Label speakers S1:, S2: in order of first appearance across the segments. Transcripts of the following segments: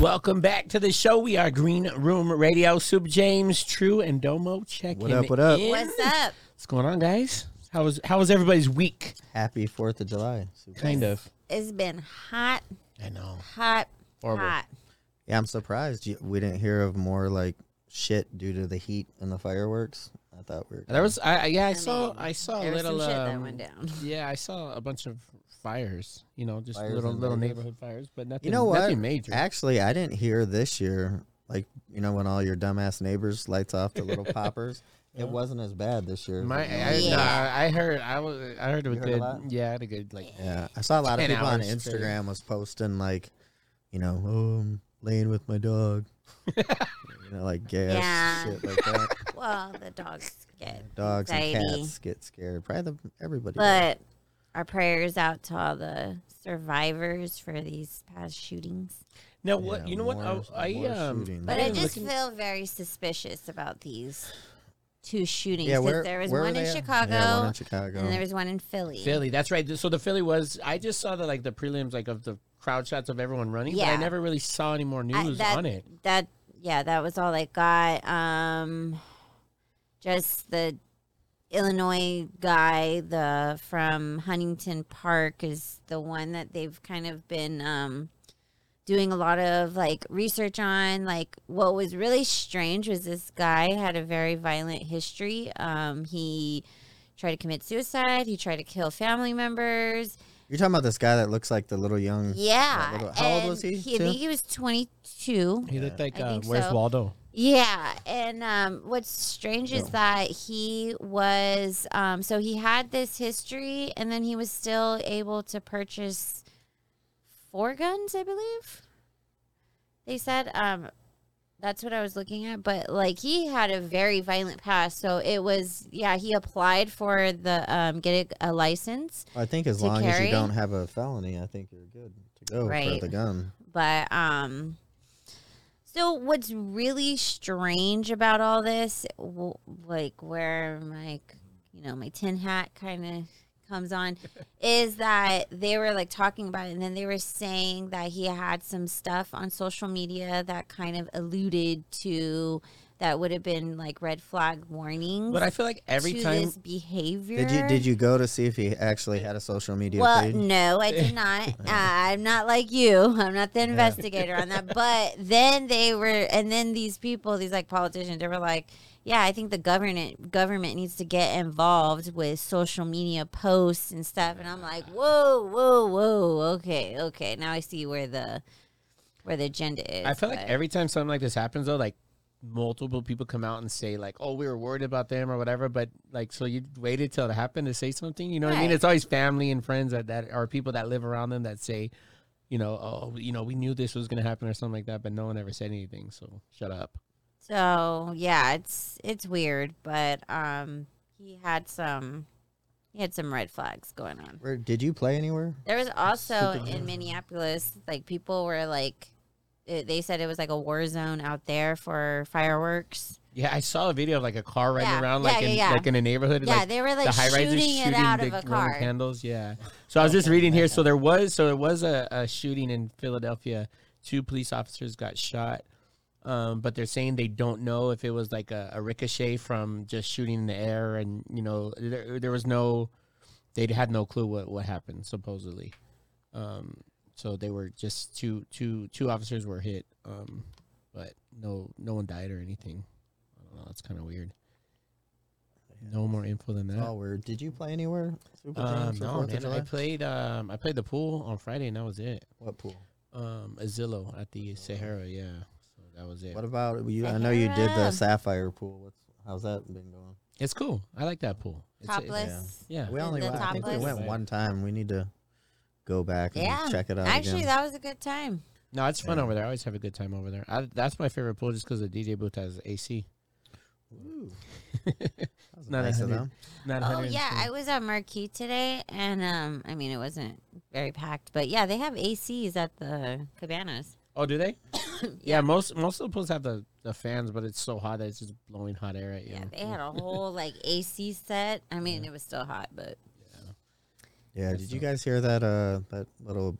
S1: Welcome back to the show. We are Green Room Radio. Super James, True, and Domo checking
S2: What up, what up?
S1: in.
S3: What's up?
S1: What's going on, guys? How was how was everybody's week?
S2: Happy Fourth of July.
S1: Kind of.
S3: It's been hot,
S1: I know.
S3: hot,
S1: Horrible.
S3: hot.
S2: Yeah, I'm surprised you, we didn't hear of more like shit due to the heat and the fireworks. I thought we were.
S1: There was I I- yeah I,
S3: I
S1: saw
S3: mean,
S1: I saw a
S3: there was
S1: little
S3: some shit
S1: um,
S3: that went down.
S1: yeah I saw a bunch of fires. You know, just
S2: Fires
S1: little
S2: and
S1: little
S2: lasers.
S1: neighborhood fires, but nothing.
S2: You know what?
S1: Nothing major.
S2: Actually, I didn't hear this year. Like you know when all your dumbass neighbors lights off the little poppers. It wasn't as bad this year.
S1: My I,
S2: yeah.
S3: Yeah.
S1: nah, I heard I was I heard it was
S2: You heard a
S1: good.
S2: lot?
S1: yeah, I had a good like
S2: Yeah, I saw a lot of
S1: 10
S2: people on
S1: hours straight.
S2: Instagram was posting like, you know, oh, I'm laying with my dog. you know, like gas
S3: Yeah.
S2: shit like that.
S3: Well, the dogs get
S2: Dogs and
S3: Anxiety.
S2: cats get scared. Probably the, everybody. does.
S3: But our prayers out to all the survivors for these past shootings.
S1: now what
S2: Yeah,
S1: you know what
S2: more-
S1: I, I
S2: more
S1: um
S2: shooting.
S3: But
S1: I
S3: I
S1: was
S3: just
S1: looking-
S3: feel very suspicious about these two shootings.
S2: Yeah,
S3: 'cause
S2: where-
S3: there was
S2: where were
S3: one in
S2: they at?
S3: Chicago
S2: Yeah, one in Chicago.
S3: and there was one in Philly.
S1: Philly. That's right. So the Philly was. I just saw the like the prelims like of the crowd shots of everyone running, but I
S3: Yeah.
S1: never really saw any more
S3: I-
S1: news
S3: that,
S1: on it.
S3: That yeah, that was all I got. Um, just the Illinois guy, the from Huntington Park, is the one that they've kind of been um, doing a lot of like research on. Like, what was really strange was this guy had a very violent history. Um, he tried to commit suicide. He tried to kill family members.
S2: You're talking about this guy that looks like the little young.
S3: Yeah.
S2: little- Hmm. how old
S3: and
S2: was he,
S3: I
S2: too?
S3: think he was twenty two.
S1: He looked like
S3: I
S1: uh,
S3: think
S1: Where's
S3: so.
S1: Waldo?
S3: Yeah, and um, what's strange is
S2: Yeah.
S3: that he was um, so he had this history, and then he was still able to purchase four guns, I believe. They said um, that's what I was looking at, but like he had a very violent past, so it was yeah. He applied for the um, get a, a license,
S2: I think as
S3: To
S2: long as you
S3: carry?
S2: don't have a felony, I think you're good to go for
S3: Right.
S2: the gun.
S3: but um so what's really strange about all this w- like where my you know my tin hat kind of comes on is that they were like talking about it and then they were saying that he had some stuff on social media that kind of alluded to that would have been like red flag warnings
S1: But I feel like every
S3: to
S1: time
S3: this behavior
S2: Did you did you go to see if he actually had a social media
S3: well,
S2: page?
S3: no, I did not. Uh, I'm not like you. I'm not the investigator on that. But then they were, and then these people, these like politicians, they were like, "Yeah, I think the government government needs to get involved with social media posts and stuff." And I'm like, "Whoa, whoa, whoa! Okay, okay. Now I see where the where the agenda is."
S1: I feel like
S3: but-
S1: every time something like this happens though, like multiple people come out and say like, "Oh, we were worried about them" or whatever. But like, so you waited till it happened to say something. You know what I mean?
S3: Right.
S1: It's always family and friends that that are people that live around them that say. You know, oh, you know, we knew this was gonna happen or something like that, but no one ever said anything. So shut up.
S3: So yeah, it's it's weird, but um, he had some he had some red flags going on.
S2: Where did you play anywhere?
S3: There was also
S2: Super
S3: in Minneapolis, like people were like, it, they said it was like a war zone out there for fireworks.
S1: Yeah, I saw a video of like a car riding
S3: Yeah,
S1: around
S3: yeah,
S1: like in
S3: yeah, yeah.
S1: like in a neighborhood.
S3: yeah,
S1: like,
S3: they were like
S1: the high
S3: shooting,
S1: rises
S3: it out
S1: the
S3: of a
S1: Roman
S3: car.
S1: candles. Yeah. So I was just reading here. So there was so there was a, a shooting in Philadelphia. Two police officers got shot. Um, but they're saying they don't know if it was like a, a ricochet from just shooting in the air, and you know there, there was no, they had no clue what, what happened supposedly. Um, so they were just two two two officers were hit, um, but no no one died or anything. I don't know. That's kind of weird. No more info than that.
S2: Oh, where did you play anywhere? Super
S1: Um,
S2: Jam for
S1: no,
S2: Fourth of
S1: man, I
S2: July?
S1: played. Um, I played the pool on Friday, and that was it.
S2: What pool?
S1: Um, a Zillow at the Sahara, yeah. So that was it.
S2: What about you? I know you did the
S3: Sahara.
S2: Sapphire pool. What's how's that been going?
S1: It's cool. I like that pool. It's, it-
S3: Topless.
S1: yeah.
S2: We only
S3: the
S2: went, I think we
S3: topless?
S2: went one time. We need to go back and
S3: Yeah,
S2: check it out
S3: Actually,
S2: again.
S3: that was a good time.
S1: No, it's fun over there. I always have a good time over there. I, that's my favorite pool, just because the DJ booth has AC.
S2: Ooh, that was
S1: Not a
S2: nice of
S1: hundred.
S2: them.
S1: Not
S3: Oh
S1: 110.
S3: yeah, I was at Marquee today, and um, I mean it wasn't very packed, but yeah, they have ACs at the cabanas.
S1: oh, do they? yeah. Most most of the pools have the, the fans, but it's so hot that it's just blowing hot air at you.
S3: Yeah, they had a whole like AC set. I mean, it was still hot, but
S2: Yeah, did you guys hear that? Uh, that little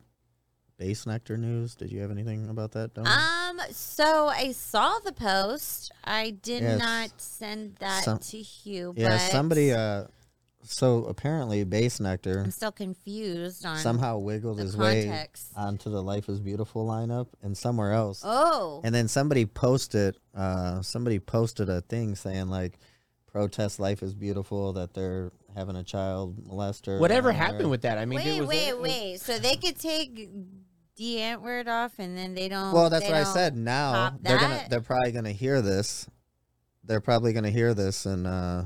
S2: base nectar news? Did you have anything about that? Dom?
S3: Um, so I saw the post. I did
S2: Yes.
S3: not send that
S2: Some-
S3: to Hugh.
S2: yeah,
S3: but
S2: somebody. Uh, so apparently, base nectar
S3: I'm still confused on
S2: somehow wiggled
S3: the
S2: his way
S3: context.
S2: onto the Life Is Beautiful lineup and somewhere else.
S3: oh,
S2: And then somebody posted, uh, somebody posted a thing saying like, protest Life Is Beautiful that they're having a child molester.
S1: Whatever
S2: down there.
S1: happened with that? I mean,
S3: wait,
S1: it was
S3: wait,
S1: it was-
S3: wait. So they could take the ant word off, and then they don't.
S2: Well, that's
S3: Um, they
S2: what I
S3: don't-
S2: said. Now
S3: pop
S2: they're gonna,
S3: that?
S2: they're probably gonna hear this. They're probably gonna hear this, and uh,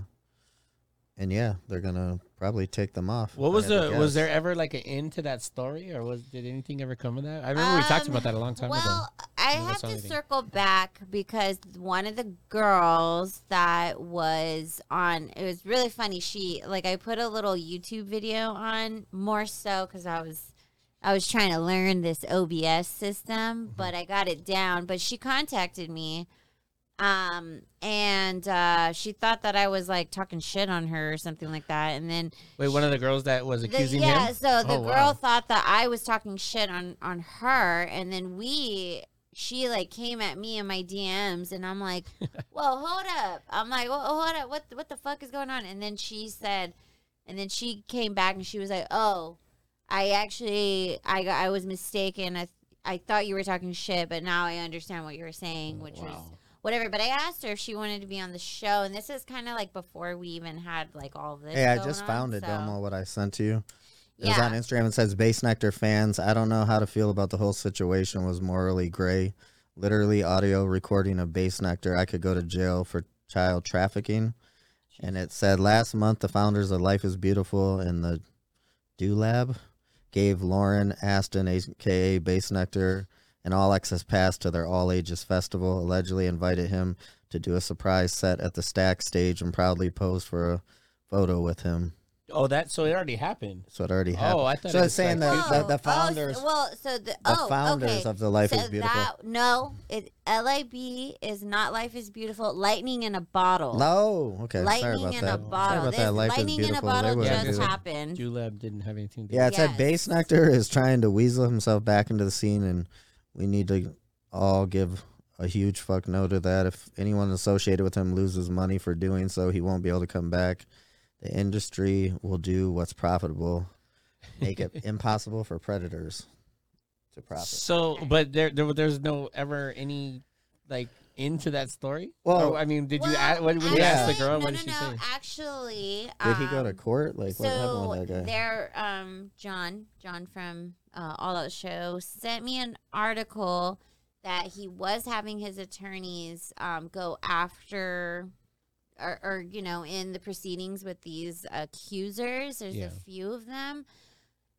S2: and yeah, they're gonna probably take them off. if
S1: What
S2: I
S1: was
S2: had to
S1: the was
S2: guess.
S1: there ever like an end to that story, or was did anything ever come of that? I remember we talked
S3: Um,
S1: about that a long time ago.
S3: Well, I
S1: Never
S3: have
S1: saw
S3: to
S1: anything.
S3: circle back because one of the girls that was on it was really funny. She like I put a little YouTube video on more so because I was I was trying to learn this OBS
S1: Mm-hmm.
S3: system, but I got it down. But she contacted me. Um and uh, she thought that I was like talking shit on her or something like that, and then
S1: Wait, one of the girls that was
S3: the,
S1: accusing
S3: yeah,
S1: him.
S3: so the
S1: Oh,
S3: girl
S1: wow.
S3: thought that I was talking shit on on her, and then we, she like came at me in my DMs, and I'm like, "Well, hold up!" I'm like, "Well, hold up! What what the fuck is going on?" And then she said, and then she came back and she was like, "Oh, I actually I got- I was mistaken. I I thought you were talking shit, but now I understand what you were saying, which was." Whatever, but I asked her if she wanted to be on the show, and this is kind of like before we even had like all this.
S2: Hey, I
S3: going
S2: just
S3: on,
S2: found it,
S3: so-
S2: Domo. What I sent to you. It was on Instagram. It says Base Nectar fans. I don't know how to feel about the whole situation. Was morally gray. Literally audio recording of Base Nectar. I could go to jail for child trafficking. And it said last month the founders of Life Is Beautiful and the Do Lab gave Lauren Aston, aka Base Nectar, an all access pass to their all ages festival. Allegedly invited him to do a surprise set at the Stack stage and proudly posed for a photo with him.
S1: Oh, that so it already happened.
S2: So it already happened.
S1: Oh, I thought
S2: so
S1: it
S2: it's
S1: was
S2: saying
S1: like-
S2: that the,
S3: Oh,
S2: the
S3: oh,
S2: founders,
S3: s- well, so the,
S2: the
S3: oh,
S2: founders
S3: okay.
S2: of the Life
S3: so
S2: is Beautiful.
S3: That, no, it LIB is not Life is Beautiful. Lightning in a bottle.
S2: no, okay, sorry
S3: lightning
S2: about
S3: in
S2: that.
S3: a bottle.
S2: Sorry about
S3: this
S2: that. Life
S3: lightning
S2: is
S3: in
S2: beautiful.
S3: a
S2: They
S3: bottle
S2: wouldn't
S3: just
S2: do it.
S3: happened.
S1: Julep didn't have anything to do.
S2: Yeah, it said
S3: Yes.
S2: Bass Nectar is trying to weasel himself back into the scene, and we need to all give a huge fuck no to that. If anyone associated with him loses money for doing so, he won't be able to come back. The industry will do what's profitable, make it impossible for predators to profit.
S1: So, but there, there, there's no ever any like into that story.
S2: Well-
S1: Or, I mean, did you
S3: Well,
S1: ask? What when you
S2: Yeah.
S1: asked the
S3: actually-
S1: girl?
S3: No,
S1: what
S3: no,
S1: did she
S3: no.
S1: say?
S3: Actually,
S2: Did he go to
S3: um,
S2: court? Like, what happened
S3: so
S2: with that guy?
S3: there, um, John, John from uh, All Out Show sent me an article that he was having his attorneys um, go after, or, or you know, in the proceedings with these accusers. There's
S1: Yeah.
S3: a few of them.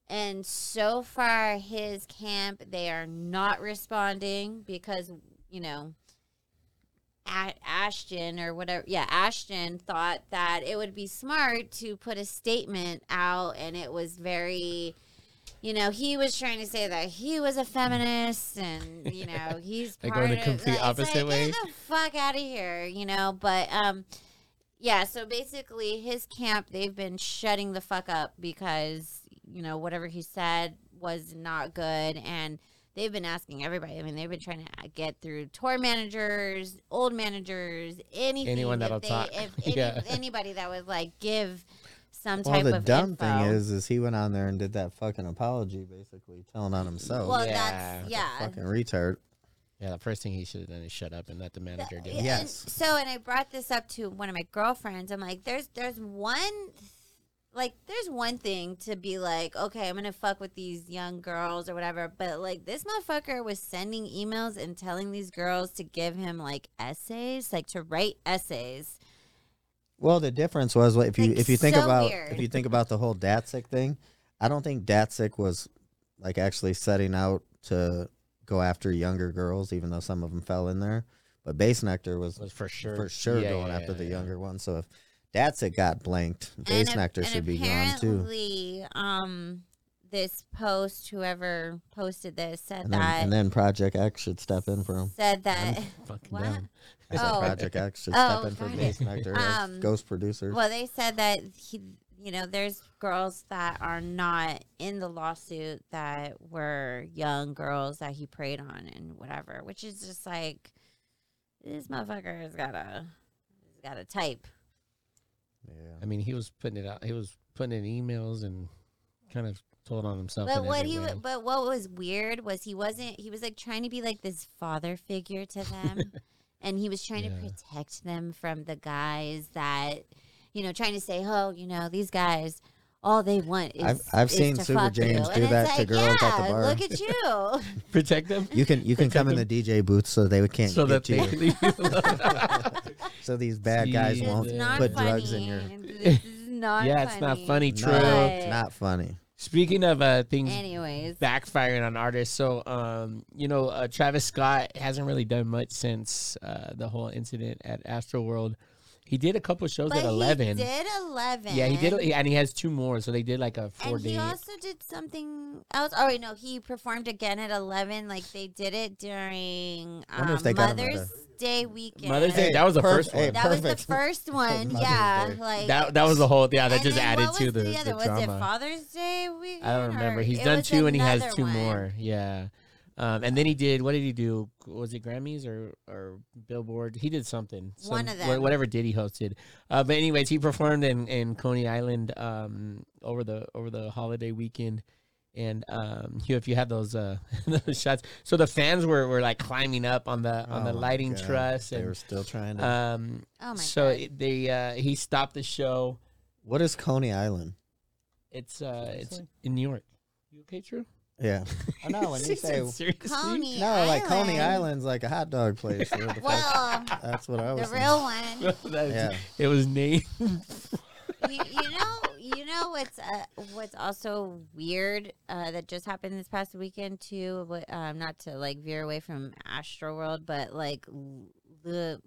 S3: And so far, his camp, they are not responding because, you know, A- Ashton or whatever. Yeah, Ashton thought that it would be smart to put a statement out, and it was very. You know, he was trying to say that he was a feminist, and you know, he's
S1: Like,
S3: part
S1: going the
S3: of-
S1: complete
S3: it's
S1: opposite
S3: like,
S1: way.
S3: Get the fuck out of here, you know. But um, yeah, so basically his camp they've been shutting the fuck up because, you know, whatever he said was not good and they've been asking everybody. I mean, they've been trying to uh, get through tour managers, old managers, anything
S1: Anyone
S3: if
S1: that'll
S3: they,
S1: talk.
S3: if any,
S1: Yeah.
S3: anybody that would like give some
S2: Well,
S3: type
S2: the
S3: of
S2: dumb
S3: info.
S2: thing is, is he went on there and did that fucking apology, basically telling on himself.
S3: well,
S1: Yeah.
S3: that's yeah.
S2: oh, fucking retard.
S1: Yeah, the first thing he should have done is shut up and let the manager do
S3: Yeah,
S1: it.
S2: Yeah.
S3: And
S2: Yes.
S3: so, and I brought this up to one of my girlfriends. I'm like, there's there's one, like, there's one thing to be like, okay, I'm gonna fuck with these young girls or whatever. But like, this motherfucker was sending emails and telling these girls to give him like essays, like to write essays.
S2: Well, the difference was like, if you
S3: Like,
S2: if you think
S3: so
S2: about
S3: weird.
S2: if you think about the whole Datsik thing, I don't think Datsik was like actually setting out to go after younger girls, even though some of them fell in there. But Base Nectar was
S1: Was for sure.
S2: for sure
S1: Yeah,
S2: going
S1: yeah,
S2: after the
S1: yeah, yeah.
S2: younger ones. So if Datsik got blanked, Base
S3: ap-
S2: Nectar should be gone too.
S3: apparently, Um, this post, whoever posted this, said
S2: And then,
S3: that
S2: and then Project X should step in for him.
S3: said that.
S1: Fucking
S3: What?
S1: dumb.
S2: I said
S3: Oh.
S2: Project X should
S3: Oh,
S2: step in for
S3: got it.
S2: Base Nectar as
S3: Um,
S2: ghost producers.
S3: Well, they said that he, you know, there's girls that are not in the lawsuit that were young girls that he preyed on and whatever, which is just like this motherfucker has got a has got a type.
S2: Yeah.
S1: I mean, he was putting it out. He was putting in emails and kind of told on himself.
S3: But
S1: and
S3: what he wa-
S1: everything.
S3: but what was weird was he wasn't he was like trying to be like this father figure to them and he was trying
S1: Yeah.
S3: to protect them from the guys that you know trying to say oh you know these guys all they want is
S2: I've- I've
S3: is
S2: seen
S3: to
S2: Super
S3: fuck you."
S2: James do
S3: And it's
S2: that to
S3: like,
S2: girls at the
S3: "Yeah,
S2: bar."
S3: Look at you.
S1: protect them
S2: You can you can come in the DJ booth so they can't
S1: so that
S2: get to
S1: they
S2: you.
S1: leave you alone.
S2: So these bad guys
S1: Jeez.
S2: won't
S3: it's
S1: Won't
S3: not
S2: put
S3: funny.
S2: drugs in your.
S3: This is not
S1: yeah, it's not funny. True.
S2: No,
S3: Right.
S2: it's not funny.
S1: Speaking of uh, things
S3: Anyways,
S1: backfiring on artists, so um, you know, uh, Travis Scott hasn't really done much since uh, the whole incident at Astroworld. He did a couple shows
S3: but
S1: at eleven.
S3: he did eleven.
S1: Yeah, he did, and he has two more. So they did like a four
S3: and
S1: day.
S3: he also did something else. Oh wait, no, he performed again at eleven. Like they did it during
S2: Wonder if
S3: um,
S2: they got him at
S3: Mother's Day weekend.
S1: Mother's Day. that was the
S2: perf-
S1: first one.
S2: hey,
S3: That was the
S2: perfect.
S3: first one.
S2: Mother's
S3: yeah,
S2: Day.
S3: like
S1: that that was the whole. Yeah, that
S3: and
S1: just
S3: then
S1: added
S3: what
S1: to
S3: was
S1: the, the,
S3: other? Was it
S1: drama.
S3: Father's Day weekend?
S1: I don't
S3: or-
S1: remember. He's
S3: it
S1: done
S3: was
S1: two, and he has
S3: another
S1: two
S3: one.
S1: more. Yeah. Um, and then he did. What did he do? Was it Grammys or or Billboard? He did something. some-
S3: One of
S1: wha-
S3: them.
S1: Whatever Diddy hosted. Uh, but anyways, he performed in, in Coney Island um, over the over the holiday weekend. And um, you, if you have those uh, those shots, so the fans were, were like climbing up on the on
S2: Oh
S1: the
S2: my
S1: lighting
S2: God.
S1: truss,
S2: They were
S1: and
S2: still trying to.
S1: um,
S3: Oh my
S1: so
S3: god!
S1: it, they uh, he stopped the show.
S2: what is Coney Island?
S1: It's uh,
S2: Seriously?
S1: it's in New York. You okay, True?
S2: Yeah. I know when you say no,
S1: seriously,
S3: Coney
S2: like Coney
S3: Island.
S2: Island's like a hot dog place. What the fuck?
S3: Well,
S2: That's what I was.
S3: the
S2: thinking.
S3: real one.
S1: That's-
S2: Yeah.
S1: it was named.
S3: you, you know, you know what's uh, what's also weird uh, that just happened this past weekend too. what- Um, not to like veer away from Astroworld, but like l- the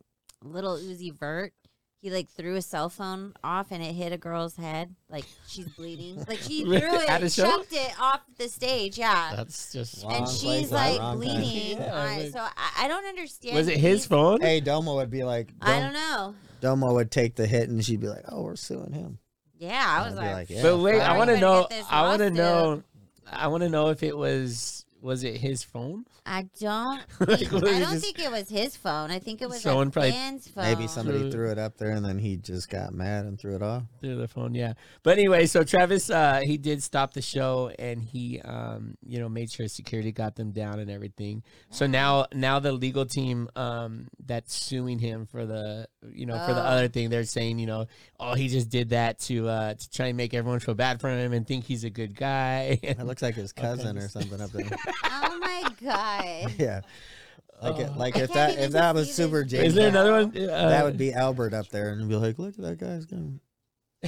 S3: little Uzi Vert, he like threw a cell phone off and it hit a girl's head. Like she's bleeding. Like she threw
S1: Really? At a
S3: it,
S1: show?
S3: chucked it off the stage. Yeah.
S1: That's just.
S2: Wrong
S3: Uh, and she's
S2: place at
S3: like
S2: wrong time.
S3: bleeding.
S1: Yeah,
S3: on it.
S1: like-
S3: so I, I don't understand.
S1: Was it his
S3: these-
S1: phone?
S2: Hey, Domo would be like.
S3: I
S2: Dom-
S3: don't know.
S2: Domo would take the hit, and she'd be like, "Oh, we're suing him."
S3: Yeah, I was
S2: I'd be
S3: like,
S2: like, yeah.
S1: but wait, I
S2: fine.
S1: want to
S3: Everybody
S1: know.
S3: get this
S1: I want to
S3: lawsuit.
S1: know. I want to know if it was. Was it his phone?
S3: I don't.
S1: Like,
S3: Think,
S1: what
S3: I
S1: is
S3: don't
S1: this?
S3: think it was his phone. I think it was
S1: Someone
S3: someone
S1: probably-
S3: a fan's phone.
S2: Maybe somebody
S1: True.
S2: threw it up there, and then he just got mad and threw it off.
S1: Through the phone, yeah. But anyway, so Travis, uh, he did stop the show, and he, um, you know, made sure security got them down and everything. So now, now the legal team, um, that's suing him for the, you know, for the
S3: Oh.
S1: other thing, they're saying, you know, oh, he just did that to, uh, to try and make everyone feel bad for him and think he's a good guy.
S2: It looks like his cousin or something up there.
S3: Oh my god!
S2: yeah. Like, it,
S1: Oh.
S2: like
S3: I
S2: if
S3: can't
S2: that
S3: even
S2: if that
S3: see
S2: was
S3: this
S2: Super
S3: picture.
S2: James,
S1: Is there
S2: that,
S1: another one? Uh,
S2: that would be Albert up there, and be like, "Look at that guy's going."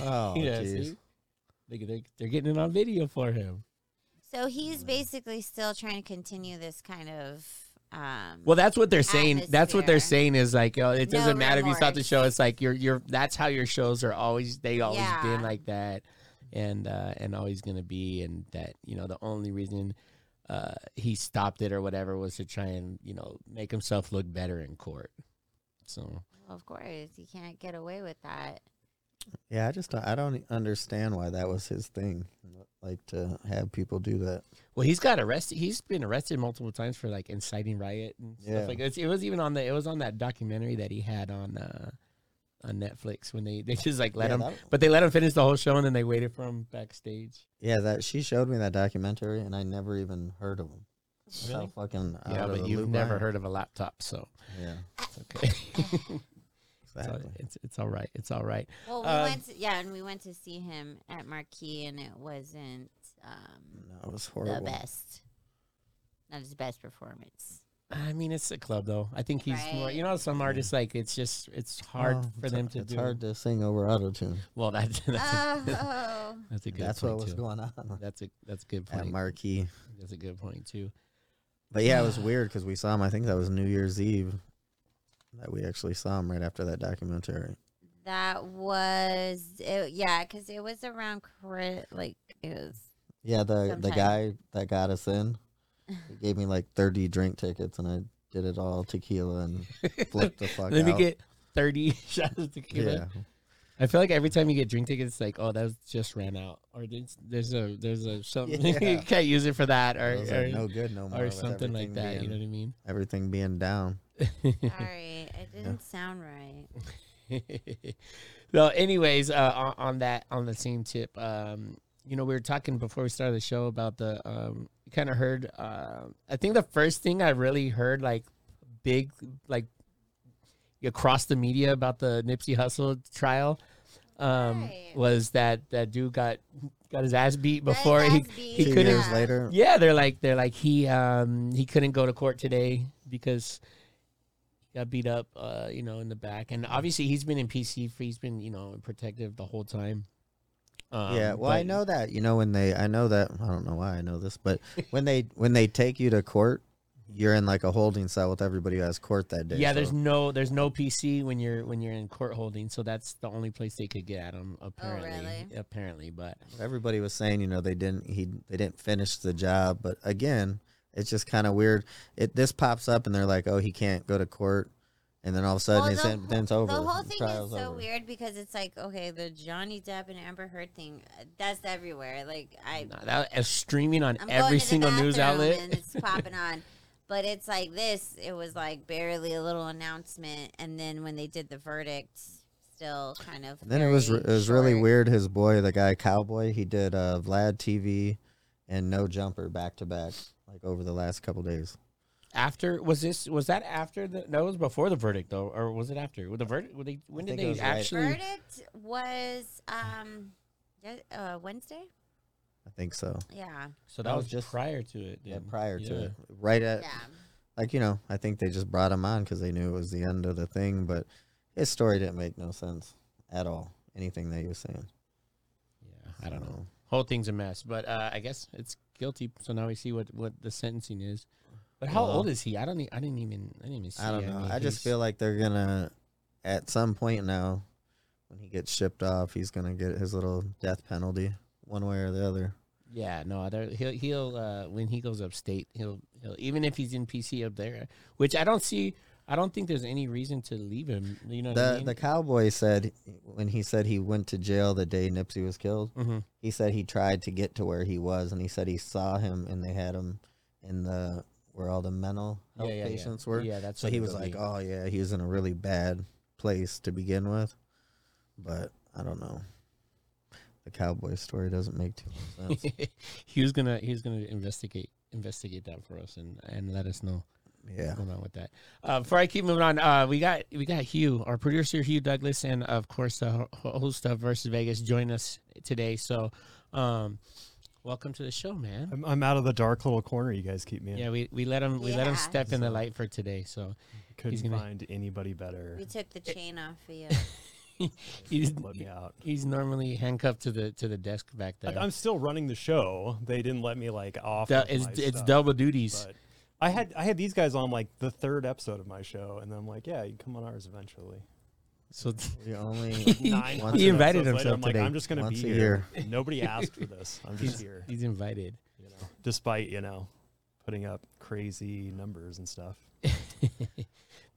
S2: Oh,
S1: yeah,
S2: jeez.
S1: see? Look at- They're, they're getting it on video for him.
S3: So he's basically still trying to continue this kind of. Um,
S1: Well, that's what they're saying. That's what they're
S3: Atmosphere.
S1: saying is like, oh, it
S3: No
S1: doesn't matter if you stop the
S3: remorse.
S1: show. It's like you're, you're. That's how your shows are always. They always
S3: Yeah.
S1: been like that, and uh, and always gonna be. And that you know the only reason uh, he stopped it or whatever was to try and you know make himself look better in court. So
S3: of course, you can't get away with that.
S2: Yeah, I just don't, I don't e, understand why that was his thing, like to have people do that.
S1: Well, he's got arrested. He's been arrested multiple times for like inciting riot and
S2: Yeah.
S1: stuff like that. It was even on the it was on that documentary that he had on uh on Netflix when they they just like let
S2: yeah,
S1: him,
S2: That,
S1: but they let him finish the whole show and then they waited for him backstage.
S2: yeah, that she showed me that documentary, and I never even heard of him. That's how
S1: Really?
S2: fucking out
S1: yeah,
S2: of
S1: but
S2: the
S1: you've
S2: loop I
S1: never
S2: am.
S1: heard of a laptop, so
S2: Yeah,
S1: it's okay. it's, all,
S2: exactly.
S1: it's it's all right. It's all right.
S3: Well, we
S1: Um,
S3: went. To, yeah, and we went to see him at Marquee, and it wasn't um,
S2: No, it was
S3: the
S2: horrible.
S3: best. Not his best performance.
S1: I mean, it's a club though. I think he's more.
S3: Right.
S1: You know, some artists like it's just it's hard
S2: Oh,
S1: for
S2: it's-
S1: them to
S2: It's
S1: do.
S2: hard to sing over auto tune.
S1: Well, that's that's, a,
S3: oh,
S1: that's a good.
S2: That's
S1: point
S2: what was
S1: too.
S2: going on
S1: That's a that's a good
S2: at
S1: point.
S2: Marquee.
S1: That's a good point too.
S2: But yeah, it was weird because we saw him. I think that was New Year's Eve that we actually saw him right after that documentary.
S3: that was it, yeah, because it was around Chri- like it was
S2: Yeah, the the
S3: Sometime.
S2: guy that got us in, he gave me like thirty drink tickets, and I did it all tequila and flipped the fuck
S1: Let me
S2: out.
S1: get 30 shots of tequila.
S2: yeah,
S1: I feel like every time you get drink tickets, it's like, oh, that just ran out, or there's, there's a there's a something you
S2: Yeah.
S1: can't use it for that, or
S2: Those
S1: or,
S2: are no good no more.
S1: or
S2: with
S1: something like
S2: everything
S1: that. You know
S2: being-
S1: what I mean?
S2: Everything being down.
S3: Sorry, it didn't sound right.
S1: well, anyways, uh, on, on that on the same tip, um, you know, we were talking before we started the show about the um, kind of heard. Uh, I think the first thing I really heard, like big, like across the media about the Nipsey Hussle trial, um,
S3: Right.
S1: was that that dude got got his ass beat
S3: Got his
S1: before he
S3: ass beat,
S1: he
S2: Two
S1: couldn't
S2: years later,
S1: yeah, they're like they're like he um he couldn't go to court today because he got beat up uh you know in the back and obviously he's been in PC for he's been you know protective the whole time. Um,
S2: yeah well i
S1: but-
S2: know that you know when they i know that i don't know why i know this but when they when they take you to court you're in like a holding cell with everybody who has court that day
S1: Yeah, there's
S2: so-
S1: no there's no PC when you're when you're in court holding, so that's the only place they could get him apparently.
S3: Oh, really?
S1: Apparently, but
S2: everybody was saying you know they didn't he they didn't finish the job but again it's just kind of weird it this pops up and they're like oh he can't go to court and then all of a sudden
S3: Well,
S2: it's,
S3: the
S2: in,
S3: whole-
S2: then it's over
S3: The whole thing is
S2: trial's
S3: so
S2: over.
S3: weird because it's like, okay, the Johnny Depp and Amber Heard thing, uh, that's everywhere. Like, I,
S1: nah, that is streaming on
S3: I'm going
S1: every
S3: to the
S1: single news
S3: bathroom
S1: outlet.
S3: and it's popping on. But it's like this. It was like barely a little announcement, and then when they did the verdict, still kind of.
S2: Then it was
S3: very
S2: it was really
S3: short.
S2: weird. His boy, the guy Cowboy, he did uh, Vlad TV and No Jumper back to back, like over the last couple days.
S1: after was this was that after the that was before the verdict though, or was it after? With the verdict, were they, when
S2: I
S1: did
S2: think it
S1: they
S2: was right-
S1: actually?
S3: Verdict was um, yes- uh, Wednesday.
S2: I think so.
S3: Yeah,
S1: So
S2: That was just-
S1: prior to it.
S2: Yeah,
S1: then.
S2: prior to
S1: Yeah.
S2: it, right at
S3: yeah.
S2: like you know, I think they just brought him on because they knew it was the end of the thing. But his story didn't make no sense at all. Anything that he was saying.
S1: Yeah, I don't know.
S2: So,
S1: Whole thing's a mess, but uh, I guess it's guilty. So now we see what, what the sentencing is. But how
S2: Well-
S1: old is he? I don't. e- I didn't even. I didn't even see.
S2: I don't know.
S1: mean,
S2: I just
S1: he's-
S2: feel like they're gonna, at some point now, when he gets shipped off, he's gonna get his little death penalty, one way or the other.
S1: Yeah, no. there- He'll he'll uh, when he goes upstate, he'll he'll even if he's in PC up there, which I don't see. I don't think there's any reason to leave him. You know what I
S2: The
S1: mean?
S2: the cowboy said when he said he went to jail the day Nipsey was killed,
S1: Mhm.
S2: he said he tried to get to where he was, and he said he saw him, and they had him in the where all the mental
S1: Yeah,
S2: health
S1: yeah, yeah.
S2: patients were.
S1: Yeah, that's
S2: so
S1: what
S2: he
S1: it
S2: was
S1: would
S2: like,
S1: be.
S2: oh yeah, he was in a really bad place to begin with, but I don't know. The cowboy story doesn't make too much sense.
S1: he was gonna he was gonna investigate investigate that for us and and let us know.
S2: yeah,
S1: going on with that. Uh, before I keep moving on, uh, we got we got Hugh, our producer Hugh Douglas, and of course the ho- host of Versus Vegas, join us today. So, um, welcome to the show, man.
S4: I'm, I'm out of the dark little corner you guys keep me in.
S1: Yeah, we, we let him we let him
S3: Yeah.
S1: step in the light for today. So
S4: Couldn't
S1: gonna-
S4: find anybody better.
S3: We took the uh, chain off of you.
S1: he's
S4: Let me out.
S1: he's normally handcuffed to the to the desk back there.
S4: I- I'm still running the show. They didn't let me like off.
S1: Du-
S4: of
S1: it's
S4: my
S1: it's
S4: stuff,
S1: double duties.
S4: But I had I had these guys on like the third episode of my show, and then I'm like, yeah, you can come on ours eventually.
S1: So
S2: we only
S4: Nine
S2: Once
S1: he
S2: a-
S1: invited
S4: episodes later,
S1: himself
S4: I'm like,
S1: today.
S4: I'm just gonna
S2: Once
S4: be
S2: a
S4: here. Nobody asked for this. I'm just
S1: he's,
S4: here.
S1: he's invited.
S4: You know, despite you know, putting up crazy numbers and stuff.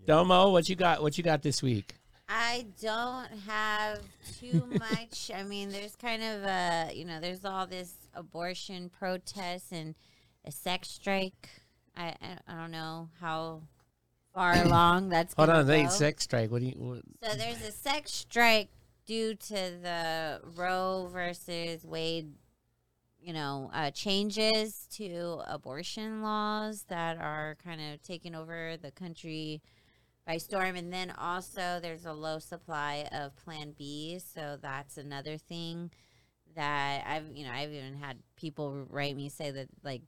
S1: Domo, what you got? What you got this week?
S3: I don't have too much. I mean, there's kind of a, you know, there's all this abortion protests and a sex strike. I, I, I don't know how far along that's
S1: Hold
S3: gonna
S1: on, wait,
S3: go.
S1: sex strike. What do you? What,
S3: So there's a sex strike due to the Roe versus Wade, you know, uh, changes to abortion laws that are kind of taking over the country by storm. And then also there's a low supply of Plan B, so that's another thing that I've you know I've even had people write me say that like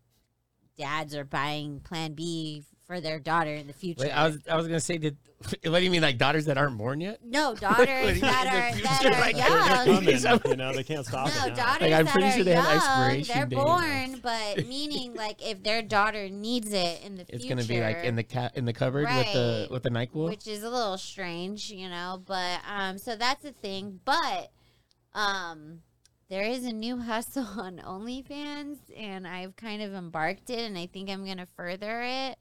S3: dads are buying Plan B for their daughter in the future.
S1: Wait, I was I was gonna say that. What do you mean, like daughters that aren't born yet?
S3: no,
S1: do
S3: daughters
S1: you
S3: that
S1: mean the
S3: are
S1: future?
S3: that are
S1: Like,
S3: young.
S1: they're
S4: Coming, you know, they can't stop
S3: No,
S4: it. now.
S3: daughters
S1: I'm
S3: that
S1: pretty
S3: are
S1: sure they have
S3: young,
S1: expiration
S3: they're
S1: date.
S3: born, but meaning like if their daughter needs it in the
S1: It's
S3: future,
S1: gonna be like in the cat in the cupboard with the
S3: Right.
S1: with the Nyquil.
S3: which is a little strange, you know. But um, so that's a thing. But um, there is a new hustle on OnlyFans, and I've kind of embarked it, and I think I'm gonna further it.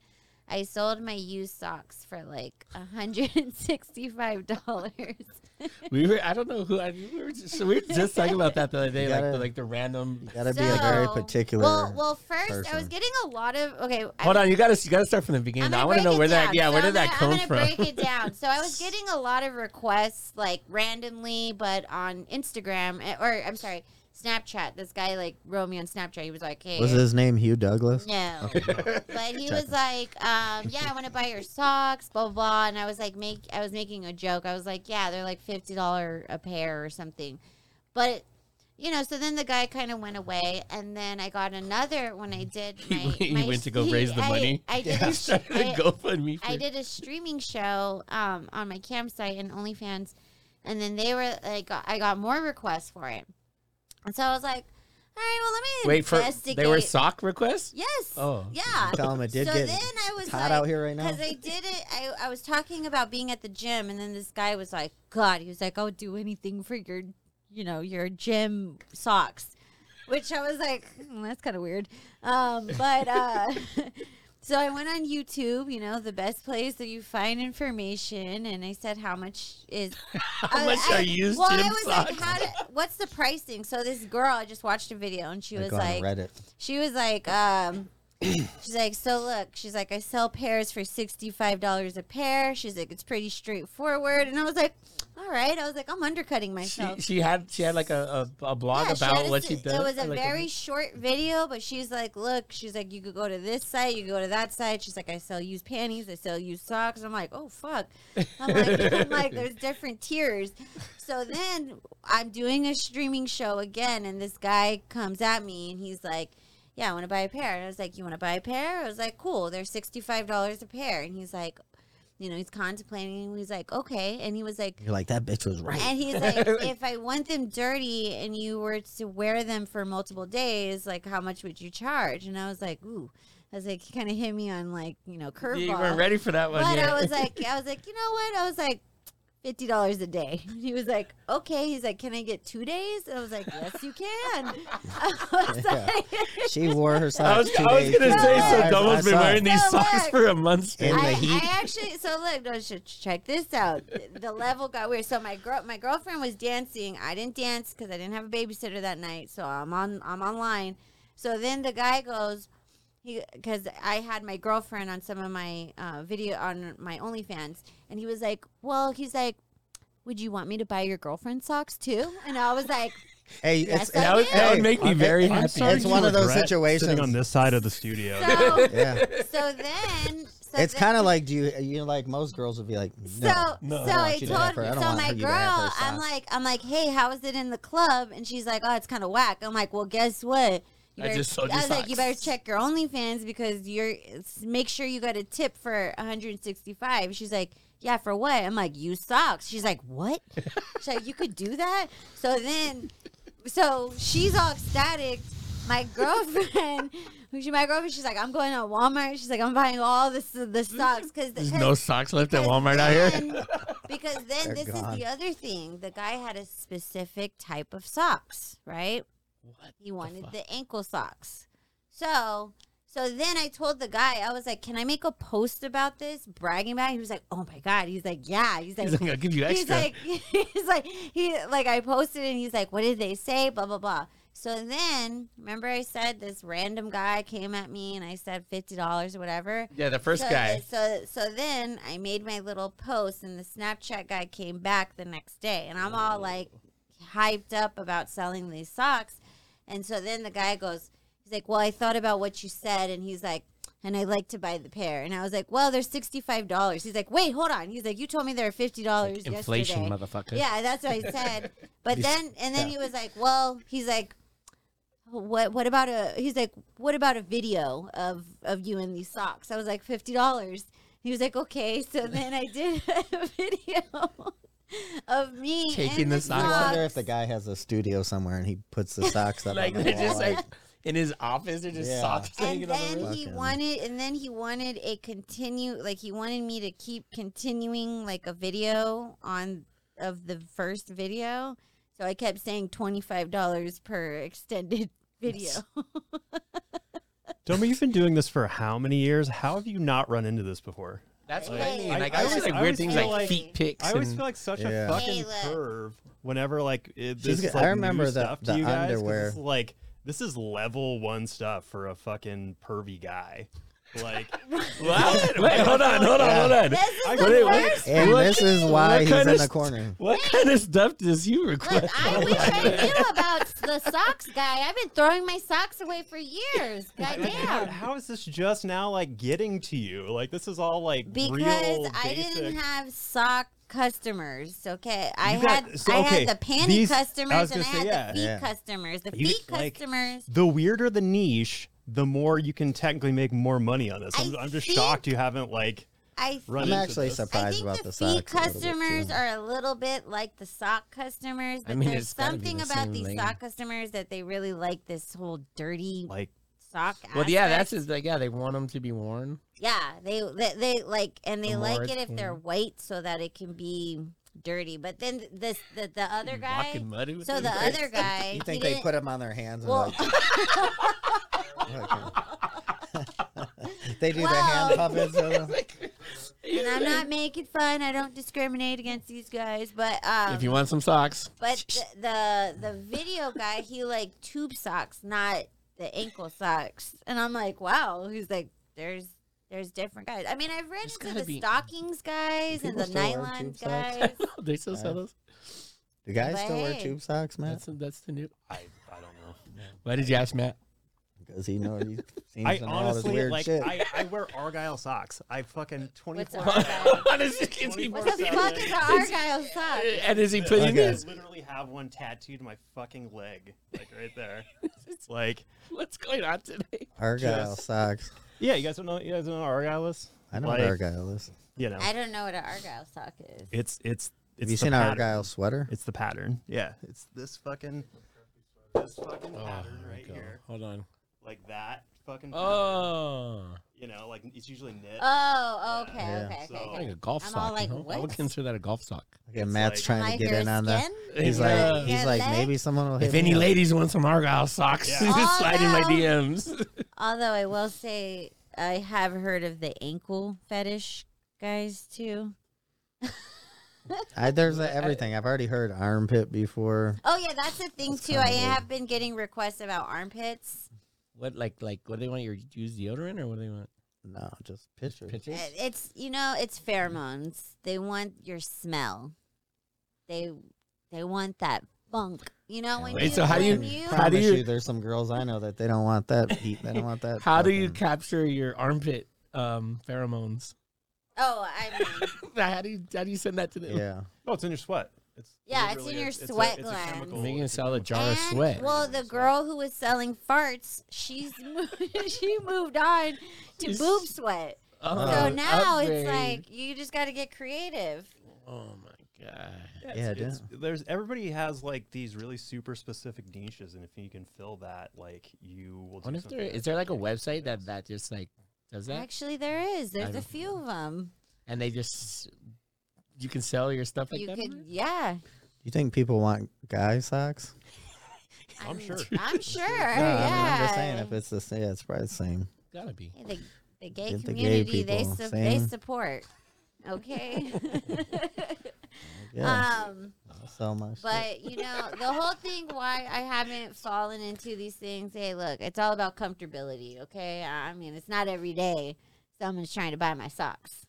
S3: I sold my used socks for like hundred and sixty-five dollars.
S1: We were. I don't know who. I, we, were just, we were just talking about that the other day.
S2: You
S1: like
S2: gotta-
S1: the, like the random.
S2: Gotta be a very
S3: So-
S2: particular.
S3: Well, well, first I was
S2: person.
S3: getting a lot of okay. I
S1: Hold on, you gotta you gotta start from the beginning. I want to know where that yeah where did that come
S3: I'm gonna
S1: from?
S3: Break it down. So I was getting a lot of requests like randomly, but on Instagram eh, or I'm sorry, Snapchat. This guy like wrote me on Snapchat. He was like, "Hey,
S2: was his name Hugh Douglas?
S3: no." but he
S2: Check.
S3: was like, um, "Yeah, I want to buy your socks, blah, blah blah." And I was like, "Make," I was making a joke. I was like, "Yeah, they're like fifty dollar a pair or something," but. You know, so then the guy kind of went away, and then I got another when I did.
S1: He
S3: My,
S1: went- he
S3: my-
S1: went to go raise the
S3: I-
S1: money.
S3: I did.
S1: You
S3: a-
S1: started
S3: I-
S1: a GoFundMe.
S3: I
S1: for-
S3: did a streaming show um, on my campsite and OnlyFans, and then they were like, I got more requests for it, and so I was like, all right, well, let me
S1: Wait for
S3: investigate.
S1: they were sock requests.
S3: yes,
S1: Oh.
S3: yeah.
S2: Tell him it did
S3: so
S2: get
S3: then I was
S2: hot
S3: like,
S2: out here right now.
S3: because I did it. I, I was talking about being at the gym, and then this guy was like, God, he was like, I'll do anything for your, you know, your gym socks, which I was like, "Hmm, that's kind of weird. Um, but uh, so I went on YouTube, you know, the best place that you find information, and I said, How much is
S1: How much are used
S3: Well,
S1: gym
S3: I was like,
S1: socks?
S3: how do, What's the pricing? So this girl, I just watched a video, and she
S2: Like
S3: was
S2: on
S3: like,
S2: Reddit.
S3: she was like, um, she's like, so look, she's like, I sell pairs for sixty-five dollars a pair. She's like, it's pretty straightforward. And I was like, all right. I was like, I'm undercutting
S1: she,
S3: myself.
S1: she had she had like a, a, a blog
S3: Yeah, she had
S1: about
S3: a
S1: what
S3: s-
S1: she does.
S3: It was a
S1: or, like, mm-hmm.
S3: very short video, but she's like, look, she's like, you could go to this site, you could go to that site. She's like, I sell used panties, I sell used socks. I'm like, oh fuck. I'm like, I'm like there's different tiers. So then I'm doing a streaming show again, and this guy comes at me and he's like, yeah, I want to buy a pair. And I was like, you want to buy a pair? I was like, cool. They're $65 a pair. And he's like, you know, he's contemplating. and He's like, okay. And he was like,
S2: You're like that bitch was right.
S3: and he's like, if I want them dirty and you were to wear them for multiple days, like how much would you charge? And I was like, ooh, I was like, he kind of hit me on like, you know, curveball.
S1: you weren't ready for that one.
S3: But
S1: yet.
S3: I was like, I was like, you know what? I was like, fifty dollars a day. And he was like, okay. He's like, can I get two days? And I was like, yes, you can. I was
S2: Yeah.
S3: like,
S2: she wore her
S1: I
S2: socks.
S1: was,
S2: two
S1: I was
S2: days,
S1: gonna
S2: two
S1: say,
S2: hours.
S1: so
S2: I
S1: Domo's been
S2: saw it.
S1: wearing these
S3: So
S1: socks
S3: look.
S1: for a month straight.
S2: in the
S3: I,
S2: heat.
S3: I actually so look, no, sh- check this out. The- The level got weird. So my girl, my girlfriend was dancing. I didn't dance because I didn't have a babysitter that night. So I'm on, I'm online. So then the guy goes, he because I had my girlfriend on some of my uh, video on my OnlyFans, and he was like, well, he's like, would you want me to buy your girlfriend socks too? And I was like,
S2: Hey,
S3: Yes,
S2: it's,
S3: I
S1: That would, that would
S2: Hey,
S1: make me
S2: I'm-
S1: very
S2: I'm
S1: happy.
S4: sorry
S2: it's
S4: you
S2: one of those
S4: regret
S2: situations.
S4: Sitting on this side of the studio.
S3: so,
S2: yeah.
S3: so then, so
S2: It's
S3: then-
S2: kind of like do you you know, like most girls would be like
S3: So,
S2: no.
S1: no,
S3: so
S1: I
S3: I
S2: want you to have
S3: told,
S2: her. I don't
S3: so
S2: want
S3: my
S2: you to
S3: girl,
S2: have her
S3: I'm
S2: socks.
S3: like, I'm like, hey, how is it in the club? And she's like, oh, it's kind of whack. I'm like, well, guess what? You
S1: I just sold you
S3: I was like, you
S1: socks.
S3: better check your OnlyFans because you're it's- make sure you got a tip for 165. She's like, yeah, for what? I'm like, you socks. She's like, what? she's like, you could do that. So then, so she's all ecstatic. My girlfriend, who's my girlfriend, she's like, I'm going to Walmart. She's like, I'm buying all this the socks because
S1: There's no socks left at Walmart out
S3: because
S1: here.
S3: then- Because then
S2: They're
S3: this is
S2: gone.
S3: the other thing. The guy had a specific type of socks, right?
S1: What
S3: He wanted the, ankle socks. So so then I told the guy, I was like, Can I make a post about this? Bragging about it? He was like, Oh my god. He's like, Yeah. He's like,
S1: He's like, I'll give you
S3: he's
S1: extra.
S3: like he's like he like I posted and he's like, What did they say? Blah blah blah. So then remember I said this random guy came at me and I said fifty dollars or whatever.
S1: yeah, the first
S3: So-
S1: guy.
S3: So so then I made my little post, and the Snapchat guy came back the next day, and I'm all like hyped up about selling these socks, and so then the guy goes, he's like, "Well, I thought about what you said," and he's like. And I like to buy the pair, and I was like, "Well, they're sixty-five dollars." He's like, "Wait, hold on." He's like, "You told me they were fifty dollars
S1: Inflation,
S3: yesterday."
S1: motherfucker.
S3: Yeah, that's what I said. But then, and then he was like, "Well," he's like, "What? What about a?" He's like, "What about a video of of you in these socks?" I was like, 50 dollars." He was like, "Okay." So then I did a video of me
S1: Taking
S3: in
S1: the
S3: the
S2: I
S1: socks.
S3: socks.
S2: wonder if the guy has a studio somewhere and he puts the socks up.
S1: Like
S2: on the
S1: they're just
S2: wall.
S1: like in his office, they're just
S2: Yeah.
S1: socks
S3: and
S1: hanging on the
S3: then
S1: wall.
S3: he
S2: Fucking-
S3: wanted and then he wanted a continue like he wanted me to keep continuing like a video on of the first video so i kept saying $25 per extended video
S4: Domer, you've been doing this for how many years? How have you not run into this before?
S1: That's
S3: Like,
S1: what I mean.
S3: I-
S1: Like I,
S3: I
S1: see
S3: always-
S1: like
S4: I
S1: weird
S4: always
S1: things
S4: feel
S1: like,
S4: like-
S1: feet picks.
S4: I always
S1: and-
S4: feel like such
S2: Yeah.
S4: a fucking
S3: Caleb.
S4: perv whenever like it,
S2: She's
S4: this.
S2: got-
S4: like,
S2: I remember
S4: new
S2: the-
S4: stuff
S2: the
S4: to you guys, 'cause
S2: underwear.
S4: It's like this is level one stuff for a fucking pervy guy. Like
S1: What? Wait, hold on, hold on, hold on.
S3: This is
S4: I-
S3: the
S4: Wait, wait.
S3: worst.
S2: And
S1: What-
S2: this is why
S1: what
S2: he's
S1: kind
S2: in
S1: of
S2: the
S1: st-
S2: corner.
S1: What kind of stuff does you
S3: Look,
S1: request?
S3: I wish I knew about the socks guy. I've been throwing my socks away for years.
S4: Like, how,
S3: Goddamn.
S4: how is this just now like getting to you? Like this is all like
S3: Because
S4: real
S3: I
S4: basic.
S3: didn't have sock customers. Okay. I
S4: You got-
S3: had
S4: so,
S3: I
S4: okay,
S3: had the panty
S4: these- I was
S3: customers and
S4: gonna
S3: I
S4: say,
S3: had
S4: yeah.
S3: the feet
S2: Yeah.
S3: customers. The
S4: You-
S3: feet
S4: like,
S3: customers.
S4: the weirder the niche, the more you can technically make more money on this. I'm,
S3: I
S4: I'm just
S3: think-
S4: shocked you haven't like
S3: I
S4: run
S2: I'm
S4: into
S2: actually
S4: this.
S3: I
S2: surprised
S3: think
S2: about
S3: the,
S2: the
S3: feet
S2: socks. a little bit, too.
S3: customers are a little bit like the sock customers, but
S1: mean,
S3: there's
S1: it's gotta be
S3: something
S1: the
S3: about
S1: same
S3: these
S1: lane.
S3: sock customers that they really like this whole dirty
S4: like
S3: sock.
S1: Well, yeah,
S3: aspect.
S1: that's his. Like, yeah, they want them to be worn.
S3: Yeah, they they, they like and they
S1: The
S3: like
S1: more
S3: it
S1: it's
S3: if they're
S1: clean.
S3: white so that it can be dirty. But then this the, the other guy.
S1: Rocking muddy with
S3: So
S1: them
S3: the
S1: things.
S3: other guy.
S2: You
S3: he
S2: think they
S3: didn't-
S2: put them on their hands? And
S3: Well,
S2: like- they do the hand
S3: Wow.
S2: puppets. with them?
S3: and I'm not making fun. I don't discriminate against these guys, but um,
S1: If you want some socks,
S3: But the, the the video guy, he like tube socks, not the ankle socks. And I'm like, wow. He's like, there's there's different guys. I mean, I've read
S1: There's
S3: into
S1: gotta
S3: the
S1: be-
S3: stockings guys and
S2: People
S3: the
S2: still wear
S3: nylon
S2: tube socks?
S3: guys.
S1: they still sell
S2: Yeah.
S1: those.
S2: Do guys
S3: But
S2: still wear
S3: hey.
S2: tube socks, man?
S1: That's that's the new.
S4: I, I don't know.
S1: Why did you ask Matt?
S2: Because he knows he's seen
S4: I
S2: some all this
S4: honestly
S2: weird
S4: like
S2: shit.
S4: I, I wear argyle socks. I fucking twenty
S3: What's
S4: four.
S3: argyle?
S1: is it- is he-
S3: What the fuck is the Argyle sock?
S1: And is he putting
S2: Okay.
S4: I
S1: this?
S4: literally have one tattooed to my fucking leg, like right there. It's like
S1: What's going on today?
S2: Argyle
S4: Just-
S2: socks.
S4: yeah, you guys don't know you guys don't know argyle is.
S2: I know
S4: like,
S2: what Argyle is.
S4: You know,
S3: I don't know what an Argyle sock is.
S4: it's it's it's
S2: Have you
S4: the
S2: seen
S4: pattern.
S2: Argyle sweater?
S4: It's the pattern. Yeah, it's this fucking this fucking
S1: Oh,
S4: pattern right here,
S1: Hold on.
S4: like that fucking. pattern.
S1: Oh,
S4: you know, like it's usually knit.
S3: Oh, okay,
S2: Yeah.
S3: okay, okay.
S4: So-
S3: okay.
S1: like a golf
S3: I'm
S1: sock.
S3: all
S1: you
S3: like,
S1: know? I would
S3: what?
S1: consider that a golf sock.
S2: Okay, Matt's
S4: like-
S2: trying
S3: Like
S2: to get
S3: your
S2: in on that.
S3: skin?
S2: He's
S1: Yeah.
S2: like,
S1: Uh,
S2: he's
S3: your
S2: like,
S3: leg?
S2: maybe someone will hit
S1: If any
S2: me up.
S1: ladies want some Argyle socks,
S4: Yeah.
S1: just
S3: Oh,
S1: slide in my
S3: no.
S1: DMs.
S3: Although I will say, I have heard of the ankle fetish guys too.
S2: I, there's a, everything. I've already heard armpit before.
S3: Oh yeah, that's a thing
S2: That's
S3: too.
S2: kinda
S3: I
S2: weird.
S3: have been getting requests about armpits.
S1: What like like what do they want? Your use deodorant or what do they want?
S2: No, just pictures.
S1: Pictures.
S3: It- Uh, It's you know, it's pheromones. They want your smell. They they want that bunk. You know when
S1: Wait,
S3: you
S1: so how do you-
S3: when
S2: I
S1: how
S2: promise
S1: do you-
S2: you, there's some girls I know that they don't want that heat. They don't want that.
S1: How do you
S2: fucking-
S1: capture your armpit um, pheromones?
S3: Oh, I mean,
S1: how do you how do you send that to them?
S2: Yeah.
S4: Oh, it's in your sweat. It's
S3: Yeah, it's
S4: literally-
S3: in your
S4: it's a-
S3: sweat
S4: it's a
S3: glands.
S4: chemical-
S1: Making
S4: it's a
S1: salad
S4: chemical-
S1: jar of
S3: And,
S1: sweat.
S3: Well, the girl who was selling farts, she's mo- she moved on to
S1: She's-
S3: boob sweat. So
S1: Oh,
S3: now
S1: upgrade.
S3: it's like you just got to get creative.
S1: oh my god.
S2: Yeah,
S4: it's- it's- there's everybody has like these really super specific niches, and if you can fill that, like you will.
S1: I wonder
S4: do
S1: if
S4: something
S1: there is
S4: that's
S1: there like a
S4: unique.
S1: website that that just like does that
S3: Actually, there is. There's a
S1: don't
S3: few of them.
S1: and they just you can sell your stuff like
S3: You
S1: that.
S3: could, yeah.
S2: You think people want guy socks?
S4: I'm sure.
S3: I'm sure.
S2: No,
S3: yeah.
S2: I mean, I'm just saying if it's the same, it's probably the same.
S1: Gotta be.
S3: Hey, the, the gay
S2: Get the gay
S3: community, they
S2: people,
S3: su- they
S2: same.
S3: support. Okay.
S2: Yeah,
S3: Um,
S2: so much.
S3: but you know, the whole thing why I haven't fallen into these things. Hey, look, it's all about comfortability. Okay. I I mean, it's not every day someone's trying to buy my socks.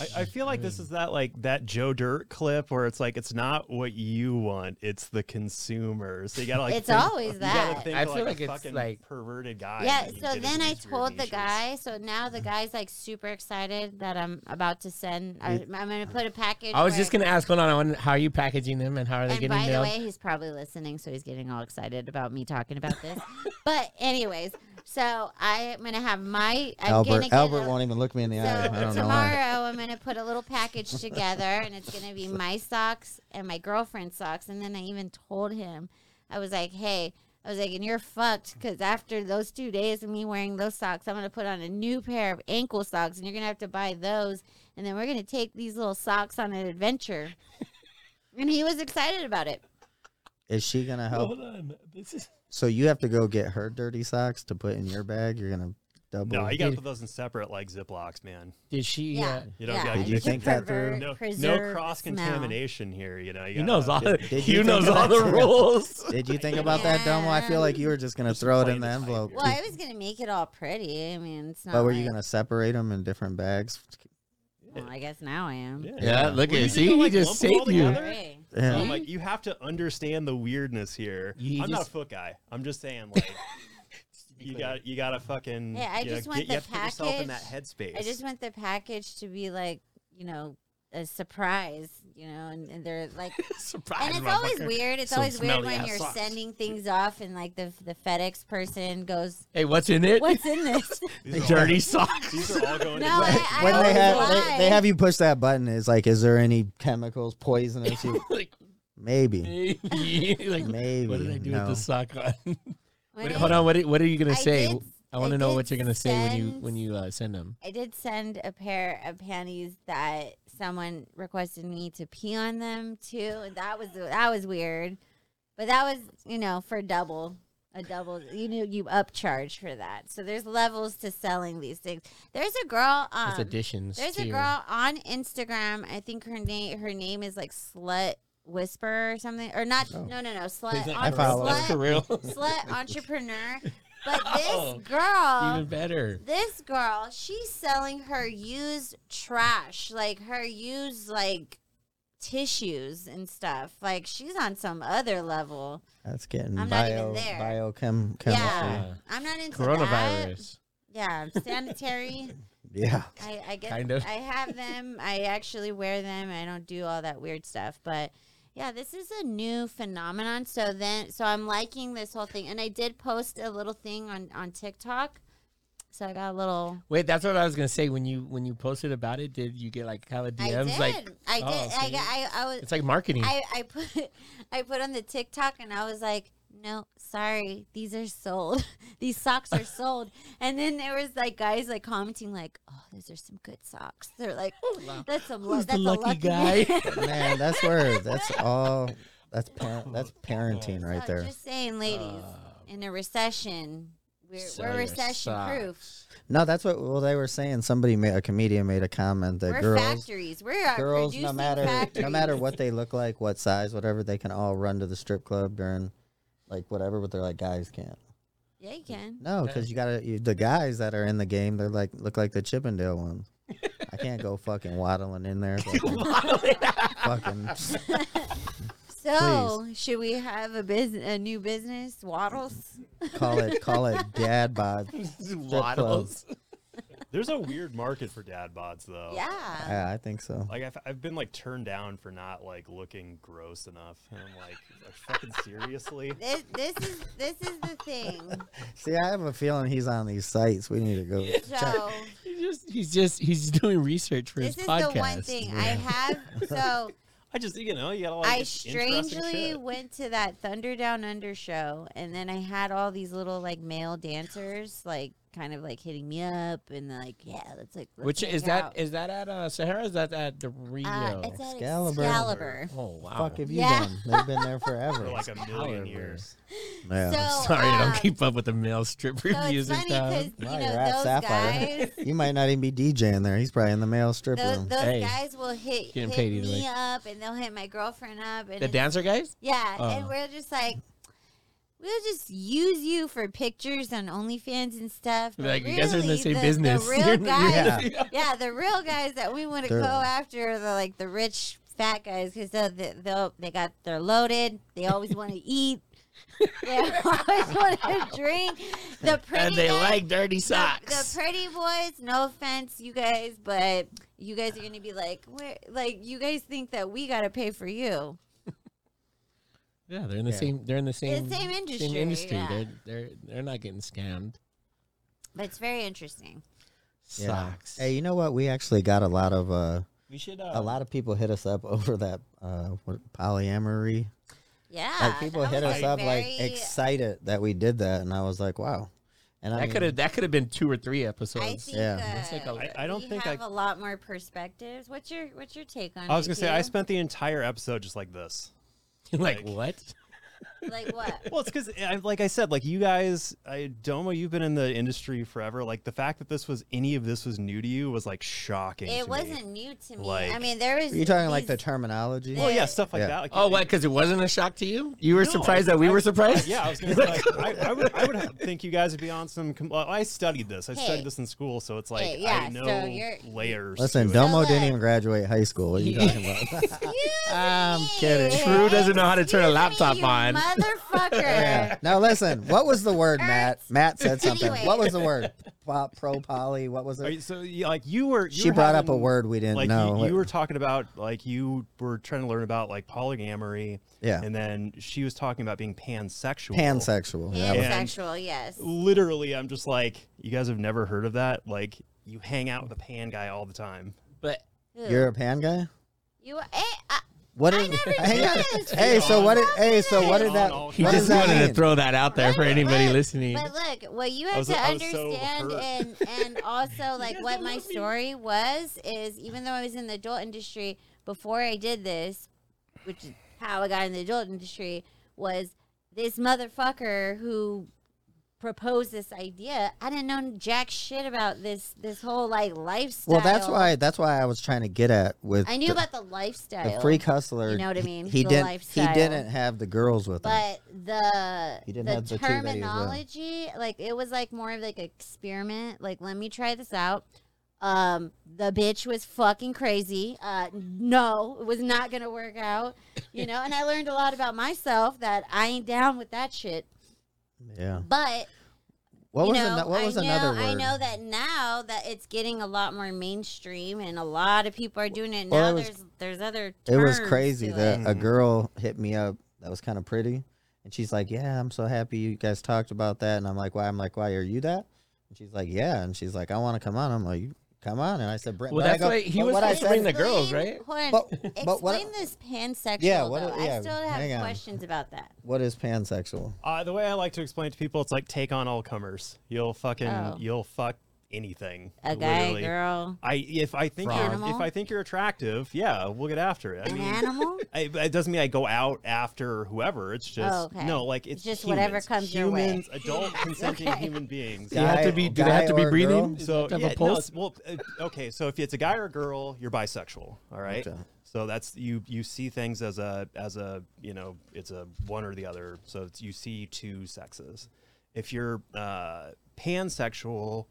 S4: I, I feel like
S1: Hmm.
S4: this is that like that Joe Dirt clip where it's like it's not what you want, it's the consumer. So you gotta like
S3: It's
S4: think-
S3: always
S4: you gotta
S3: that.
S4: think
S1: I
S4: of,
S1: feel
S4: a
S1: like it's,
S4: fucking
S1: like-
S4: perverted guy.
S3: Yeah,
S4: that you
S3: so
S4: get
S3: then
S4: into
S3: I
S4: these weird
S3: told the
S4: niches.
S3: guy. So now the guy's like super excited that I'm about to send. I, I'm going to put a package.
S1: I was
S3: where-
S1: just gonna ask. Hold on. I wonder, how are you packaging them and how are they
S3: And
S1: getting
S3: by the
S1: mailed?
S3: way, he's probably listening, so he's getting all excited about me talking about this. but anyways, so I'm gonna have my I'm gonna
S2: Albert,
S3: get
S2: Albert
S3: a-
S2: won't even look me in the eye. I
S3: So
S2: don't know why.
S3: tomorrow I'm gonna put a little package together, and it's gonna be my socks and my girlfriend's socks. And then I even told him, I was like, "Hey, I was like, and you're fucked because after those two days of me wearing those socks, I'm gonna put on a new pair of ankle socks, and you're gonna have to buy those. And then we're gonna take these little socks on an adventure." and he was excited about it.
S2: Is she gonna help?
S1: Hold on. This is
S2: So you have to go get her dirty socks to put in your bag. You're gonna double.
S4: No, you gotta put those in separate like Ziplocs, man.
S1: Did she?
S3: Yeah.
S1: Uh,
S4: You know,
S3: yeah.
S4: yeah,
S2: Did you
S3: can
S2: think that
S3: pervert-
S2: through?
S4: No, no
S3: preserve
S4: cross contamination here. You know, you
S1: he knows all.
S4: gotta-
S1: The,
S2: Did- did
S1: Hugh
S2: you
S1: knows
S2: think
S1: all the
S2: about-
S1: rules.
S2: Did you think about that, Domo? I feel like you were just gonna
S4: Just
S2: throw it
S4: plain
S2: in the
S4: as I
S2: envelope.
S4: do.
S3: Well, I was gonna make it all pretty. I mean, it's not.
S2: but were you
S3: like-
S2: gonna separate them in different bags?
S3: Well, I guess now I am.
S4: Yeah.
S1: Yeah, look at
S4: Well, you
S1: it.
S4: just
S1: See,
S4: don't,
S1: he
S4: like,
S1: just
S4: lump 'em all
S1: saved you.
S4: together?
S3: Right.
S4: So,
S2: Yeah.
S4: like you have to understand the weirdness here.
S1: You
S4: I'm not a
S1: just-
S4: foot guy. I'm just saying like you got you got to fucking
S3: Yeah, I
S4: you know,
S3: just want
S4: get,
S3: the
S4: you have to put yourself in that
S3: package.
S4: headspace.
S3: I just want the package to be like, you know, a surprise, you know, and, and they're like,
S1: Surprise!
S3: and it's always
S1: motherfucker.
S3: weird. It's
S1: Some
S3: always weird when
S1: smelly-ass
S3: you're
S1: socks.
S3: sending things off and like the the FedEx person goes,
S1: Hey, what's in it?
S3: "What's in this?"
S4: These are all-
S1: Dirty socks.
S4: These are all going
S3: no,
S4: to
S3: I, I
S2: when they
S3: always
S2: have they,
S3: lie.
S2: they have you push that button, it's like, is there any chemicals, poisonous? You-
S1: like,
S2: Maybe,
S1: maybe. Like,
S2: maybe.
S1: what did I do
S2: no.
S1: with the sock on?
S3: When
S1: Wait,
S3: I-
S1: hold on. What are, what are you gonna
S3: I
S1: say?
S3: did-
S1: I want
S3: I
S1: to know
S3: did
S1: what you're gonna say when you
S3: send-
S1: when you uh, send them.
S3: I did send a pair of panties that someone requested me to pee on them too. and That was that was weird, but that was you know for double a double. You knew you upcharge for that. So there's levels to selling these things. There's a girl. Um,
S1: It's additions.
S3: there's
S1: to
S3: a
S1: your-
S3: girl on Instagram. I think her name her name is like Slut Whisperer or something. Or not?
S2: Oh.
S3: No, no, no.
S1: Is
S3: Slut.
S1: that
S2: I
S3: on-
S2: follow.
S1: That's
S3: Slut,
S1: Kirill.
S3: slut entrepreneur. But
S1: Oh,
S3: this girl
S1: Even better.
S3: this girl, she's selling her used trash, like her used like tissues and stuff. Like she's on some other level.
S2: That's getting
S3: I'm not even
S2: bio
S3: there.
S2: biochem
S3: Yeah,
S2: chemistry.
S3: I'm not into That.
S1: Coronavirus.
S3: Yeah, I'm sanitary.
S2: Yeah.
S3: I, I get.
S1: Kind of.
S3: I have them. I actually wear them. I don't do all that weird stuff, but. Yeah, this is a new phenomenon. So then, so I'm liking this whole thing, and I did post a little thing on on TikTok. So I got a little
S1: Wait, that's what I was gonna say. When you when you posted about it, did you get like hella
S3: I
S1: DMs?
S3: did.
S1: Like
S3: I did.
S1: oh,
S3: I,
S1: see?
S3: got- I, I was.
S1: it's mm. like marketing.
S3: I, I put. I put on the TikTok and I was like, "No, sorry, these are sold. these socks are sold." And then there was like guys like commenting like, "Oh, those are some good socks." They're like, "That's some. lu-
S1: Oh, Who's the
S3: that's a
S1: lucky guy?
S2: Man, that's where that's all. That's par- that's parenting
S3: So
S2: right
S3: I'm
S2: there.
S3: Oh, Just saying, ladies, in a recession, we're,
S1: Sell
S3: we're
S1: Uh, your
S3: recession proof.
S1: socks.
S2: No, that's what well they were saying. Somebody made a comedian made a comment that
S3: We're
S2: girls
S3: factories. We're our
S2: girls
S3: producing
S2: no matter
S3: factories.
S2: no matter what they look like, what size, whatever, they can all run to the strip club during like whatever, but they're like guys can't.
S3: Yeah, you can.
S2: No, because you gotta you, the guys that are in the game. They're like look like the Chippendale ones. I can't go fucking waddling in there. Fucking, fucking
S3: So, should we have a business, a new business, Waddles?
S2: call it call it dad bod.
S1: Waddles.
S4: There's a weird market for dad bods though.
S1: Oh.
S3: Yeah.
S1: Uh.
S2: Yeah, I think so.
S4: Like I've, I've been like turned down for not like looking gross enough, and I'm like, like fucking seriously.
S3: This, this is this is the thing.
S2: See, I have a feeling he's on these sites. We need to go. check.
S3: So
S1: He's just he's just he's doing research for
S3: this
S1: his
S3: is
S1: podcast.
S3: the one thing I have. So
S4: I just you know you gotta like
S3: I
S4: Oh, it's interesting
S3: strangely
S4: shit.
S3: went to that Thunder Down Under show, and then I had all these little like male dancers like kind of like hitting me up and like yeah, let's like let's
S1: Which
S3: hang
S1: is that? Is
S3: out.
S1: that at uh, Sahara? Is that at the Rio?
S3: uh, it's at
S2: Excalibur.
S3: Excalibur.
S1: oh wow!
S2: Fuck have you
S3: Yeah.
S2: done? They've been there forever.
S4: for like a million
S1: However.
S4: years.
S2: yeah.
S3: So,
S1: Sorry, I
S3: um,
S1: don't keep up with the male strip
S3: So it's
S1: reviews
S3: funny
S1: in town.
S3: because you
S2: Wow,
S3: know
S2: you're at
S3: those
S2: Sapphire.
S3: guys.
S2: you might not even be DJing there. He's probably in the male strip
S3: Those,
S2: room.
S3: those
S1: Hey,
S3: guys will hit,
S1: getting
S3: hit
S1: paid either
S3: me
S1: way.
S3: up and they'll hit my girlfriend up. And
S1: the
S3: it's-
S1: dancer guys.
S3: Yeah,
S1: Oh.
S3: and we're just like, we'll just use you for pictures on OnlyFans and stuff. but
S1: Like you guys are in the
S3: really,
S1: same business.
S3: The real
S1: You're-
S3: guys,
S1: you're-
S3: yeah. the real guys that we want to
S2: Sure.
S3: go after are the, like the rich fat guys because they they'll, they got they're loaded. They always want to eat. They always want to drink. The pretty
S1: and they
S3: guys,
S1: like dirty socks.
S3: the pretty boys, no offense, you guys, but you guys are gonna be like, where, like you guys think that we gotta pay for you.
S1: yeah, they're in the
S2: Yeah.
S1: same. They're in the same.
S3: same industry,
S1: industry.
S3: yeah.
S1: They're they're they're not getting scammed.
S3: But it's very interesting.
S2: Yeah.
S1: Socks.
S2: Hey, you know what? We actually got a lot of uh,
S1: we should. Uh,
S2: a lot of people hit us up over that uh, what, polyamory.
S3: Yeah,
S2: Like people
S3: Ah, that
S2: hit
S3: was
S2: us
S3: a
S2: up like
S3: very-
S2: excited that we did that, and I was like, wow. And I
S1: That
S2: mean,
S1: could have that could have been two or three
S3: I
S1: episodes.
S3: think.
S2: Yeah.
S3: Uh,
S1: Let's take a look.
S4: I, I don't
S3: we
S4: think I.
S3: have a lot more perspectives. What's your What's your take on? E
S4: I was
S3: it,
S4: gonna say I
S3: Hugh?
S4: spent the entire episode just like this.
S1: like
S4: like-
S1: what?
S3: Like what?
S4: Well, it's because, like I said, like you guys, I, Domo, you've been in the industry forever. Like the fact that this was any of this was new to you was like shocking. to
S3: It
S4: me.
S3: wasn't new to me. I
S4: Like-
S3: mean, there was.
S2: Are you talking like the
S3: these-
S2: terminology?
S4: Well, yeah,
S3: Yeah.
S4: stuff like
S2: Yeah.
S4: that. Like,
S1: Oh,
S4: it-
S1: what? Because it wasn't a shock to you? You were
S4: No,
S1: surprised
S4: I-
S1: that we
S4: I-
S1: were surprised?
S4: Yeah, I was gonna say, like, I, I would, I would have- think you guys would be on some. com- Well, I studied this. I
S3: Hey.
S4: studied this in school, so it's like
S3: Hey, yeah,
S4: I
S3: so
S4: know
S3: you're-
S4: layers.
S2: Listen,
S4: to it.
S2: Domo
S3: look.
S2: didn't even graduate high school. What are you talking about? I'm kidding.
S1: True doesn't know how to turn a
S3: Excuse me,
S1: laptop
S3: you
S1: on.
S3: Motherfucker.
S2: Yeah. Now listen, what was the word, Matt?
S3: Ertz.
S2: Matt said something.
S3: Anyway.
S2: What was the word? Pop, pro poly. What was
S4: Are
S2: it?
S4: you, so you, like you were. You
S2: She
S4: were
S2: brought up a
S4: having-
S2: word we didn't
S4: Like
S2: know.
S4: you, you were talking about, like you were trying to learn about like polyamory,
S2: yeah,
S4: and then she was talking about being pansexual.
S2: pansexual. Yeah.
S4: Yeah.
S3: Pansexual, yes.
S4: Literally, I'm just like, you guys have never heard of that. Like you hang out with a pan guy all the time.
S1: But
S3: Ew.
S2: You're a pan guy.
S3: You, eh, uh,
S2: What
S3: I
S2: did?
S3: never
S2: hang on.
S3: did.
S2: Hey, so what? Did, hey, so what
S4: Oh,
S2: did that?
S4: no.
S1: he
S2: what does
S1: just
S2: that
S1: wanted to
S2: mean?
S1: throw that out there for
S3: Right,
S1: anybody
S3: but-
S1: listening.
S3: But look, what you have
S4: was-
S3: to
S4: I was so
S3: understand and and also like
S4: guys
S3: what
S4: don't
S3: my
S4: love me.
S3: story was is even though I was in the adult industry before I did this, which is how I got in the adult industry, was this motherfucker who proposed this idea. I didn't know jack shit about this this whole like lifestyle.
S2: Well, that's why. That's why I was trying to get at with.
S3: I knew
S2: the,
S3: about the lifestyle.
S2: the freak hustler.
S3: You know what I
S2: he-
S3: mean?
S2: He
S3: The
S2: didn't. He
S3: lifestyle.
S2: didn't have the girls with him.
S3: but the
S2: He didn't
S3: the
S2: have the two that he was with.
S3: terminology like it was like more of like an experiment like let me try this out um the bitch was fucking crazy uh no it was not gonna work out you know and i learned a lot about myself that i ain't down with that shit
S2: Yeah.
S3: but
S2: What
S3: you
S2: was
S3: know,
S2: ano- what was
S3: I know,
S2: another word?
S3: I know that now that it's getting a lot more mainstream and a lot of people are doing it now.
S2: Well, it was-
S3: there's there's other.
S2: it was
S3: terms
S2: crazy
S3: to
S2: that
S3: it.
S2: a
S4: Mhm.
S2: girl hit me up that was kind of pretty and she's like yeah i'm so happy you guys talked about that and i'm like why i'm like why are you that and she's like yeah and she's like i want to come on i'm like "You come on and i said Brent,
S1: Well,
S2: but I
S1: that's
S2: go-
S1: why he
S2: but
S1: was
S2: what i
S1: supposed to bring
S2: said
S1: the girls,
S3: Explain-
S1: right?
S3: hold on.
S2: But- but what-
S3: explain this pansexual.
S2: Yeah, what-
S3: though.
S2: yeah,
S3: I still have
S2: hang on.
S3: questions about that.
S2: what is pansexual
S4: Uh, the way I like to explain it to people, it's like take on all comers. You'll fucking
S3: Oh.
S4: you'll fuck anything.
S3: A guy,
S4: literally.
S3: girl,
S4: I if I think
S3: Frog.
S4: you're,
S3: Animal?
S4: if I think you're attractive, yeah, we'll get after it. I
S3: an
S4: mean,
S3: animal.
S4: I, but it doesn't mean I go out after whoever. It's just
S3: Oh, okay.
S4: no, like it's,
S3: just
S4: humans.
S3: whatever comes your way.
S4: Humans, adult consenting human beings.
S1: Do you have
S2: Guy-
S1: to be? Do they
S2: guy
S1: have to be
S2: or
S1: breathing?
S2: girl?
S4: So
S1: have
S4: yeah,
S1: a pulse?
S4: No, it's- well, uh, okay. So if it's a guy or a girl, you're bisexual. All right.
S2: Okay.
S4: So that's you. You see things as a as a you know it's a one or the other. So it's, you see two sexes. If you're uh, pansexual,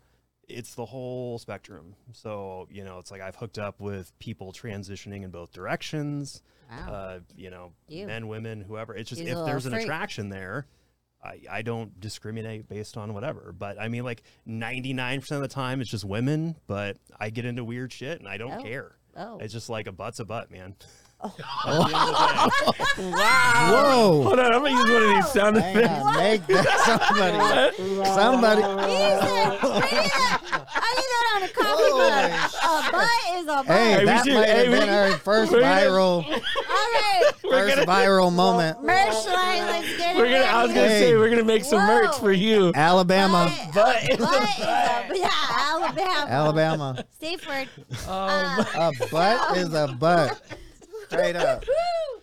S4: it's the whole spectrum. So you know it's like I've hooked up with people transitioning in both directions.
S3: Wow.
S4: Uh, you know,
S3: Ew.
S4: men, women, whoever. It's just
S3: He's a
S4: if
S3: little
S4: there's an
S3: freak.
S4: attraction there, I, I don't discriminate based on whatever. But I mean, like 99% of the time, it's just women, but I get into weird shit and I don't
S3: Oh.
S4: care.
S3: Oh.
S4: It's just like a butt's a butt, man.
S2: whoa
S1: Hold on, I'm gonna use one of these sound
S2: Hang
S1: effects.
S2: on, make that somebody somebody
S3: Jesus, bring me that. I need that on a coffee
S2: Holy
S3: mug. A butt is a butt.
S2: hey
S1: we
S2: that
S1: should-
S2: might
S1: hey,
S2: have
S1: we-
S2: been our first
S1: we're gonna-
S2: viral
S3: All right,
S2: first viral moment
S3: merch line. Let's get it.
S1: We're gonna. I was gonna
S2: Hey.
S1: say we're gonna make some merch
S3: Whoa.
S1: for you.
S2: alabama
S1: But
S3: butt is a yeah, Alabama.
S2: alabama
S3: Stanford.
S1: oh,
S3: Um,
S2: a butt is a butt straight up
S3: woo.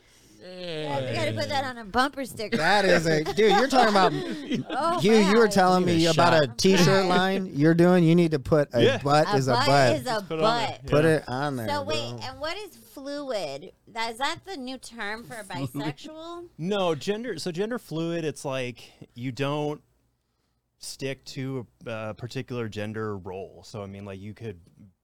S3: we Um, gotta
S1: man.
S3: put that on a bumper sticker.
S2: That is a dude. You're talking about
S3: oh,
S2: you. You were
S3: wow.
S2: telling
S1: Need a
S2: me about a
S1: shot.
S2: T-shirt line you're doing. You need to put a
S4: Yeah.
S2: butt
S3: a
S2: is a
S3: butt,
S2: butt.
S3: is a
S4: Put it on there.
S3: butt.
S4: Yeah.
S2: put it on there.
S3: So
S2: bro.
S3: wait,
S4: uh,
S3: and what is fluid? That, is that the new term for bisexual?
S4: No, gender. So gender fluid, it's like you don't stick to a uh, particular gender role. So I mean, like you could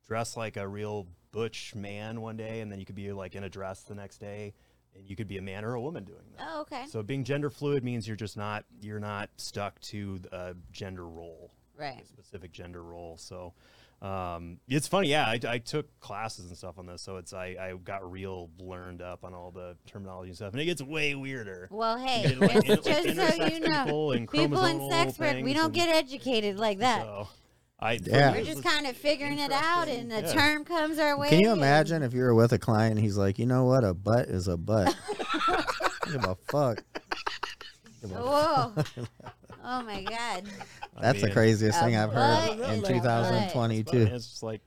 S4: dress like a real butch man one day, and then you could be like in a dress the next day, and you could be a man or a woman doing that.
S3: Oh, okay.
S4: So being gender fluid means you're just not you're not stuck to a gender role,
S3: right.
S4: a specific gender role. So um, it's funny, yeah. I, I took classes and stuff on this, so it's I, I got real learned up on all the terminology and stuff, and it gets way weirder.
S3: Well, hey,
S4: Did, like,
S3: just,
S4: in- like,
S3: just so
S4: intersex
S3: you know,
S4: people and
S3: people in
S4: chromosomal
S3: sex work, we
S4: things
S3: don't
S4: and uh,
S3: get educated like that.
S4: So I
S2: Yeah.
S3: We're just kind of figuring it out, and a
S4: Yeah.
S3: term comes our way.
S2: Can you
S3: and-
S2: imagine if you were with a client? and He's like, you know what? A butt is a butt. I give a fuck.
S3: Whoa! oh my God!
S4: I
S2: That's the
S4: mean,
S2: craziest
S3: a
S2: thing I've
S3: butt
S2: heard
S3: is a
S2: in
S3: butt.
S4: But
S2: 2022.
S4: It's just like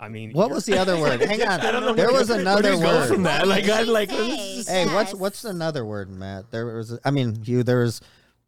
S4: I mean,
S2: What
S4: you're-
S2: was the other word? Hang
S4: I don't know
S2: on. There
S4: where
S2: was
S4: you-
S1: Where do
S2: another
S1: you go
S2: word.
S1: from that? Like, I like.
S3: Say.
S2: Hey, what's
S3: Yes.
S2: what's another word, Matt? There was, I mean, you. There was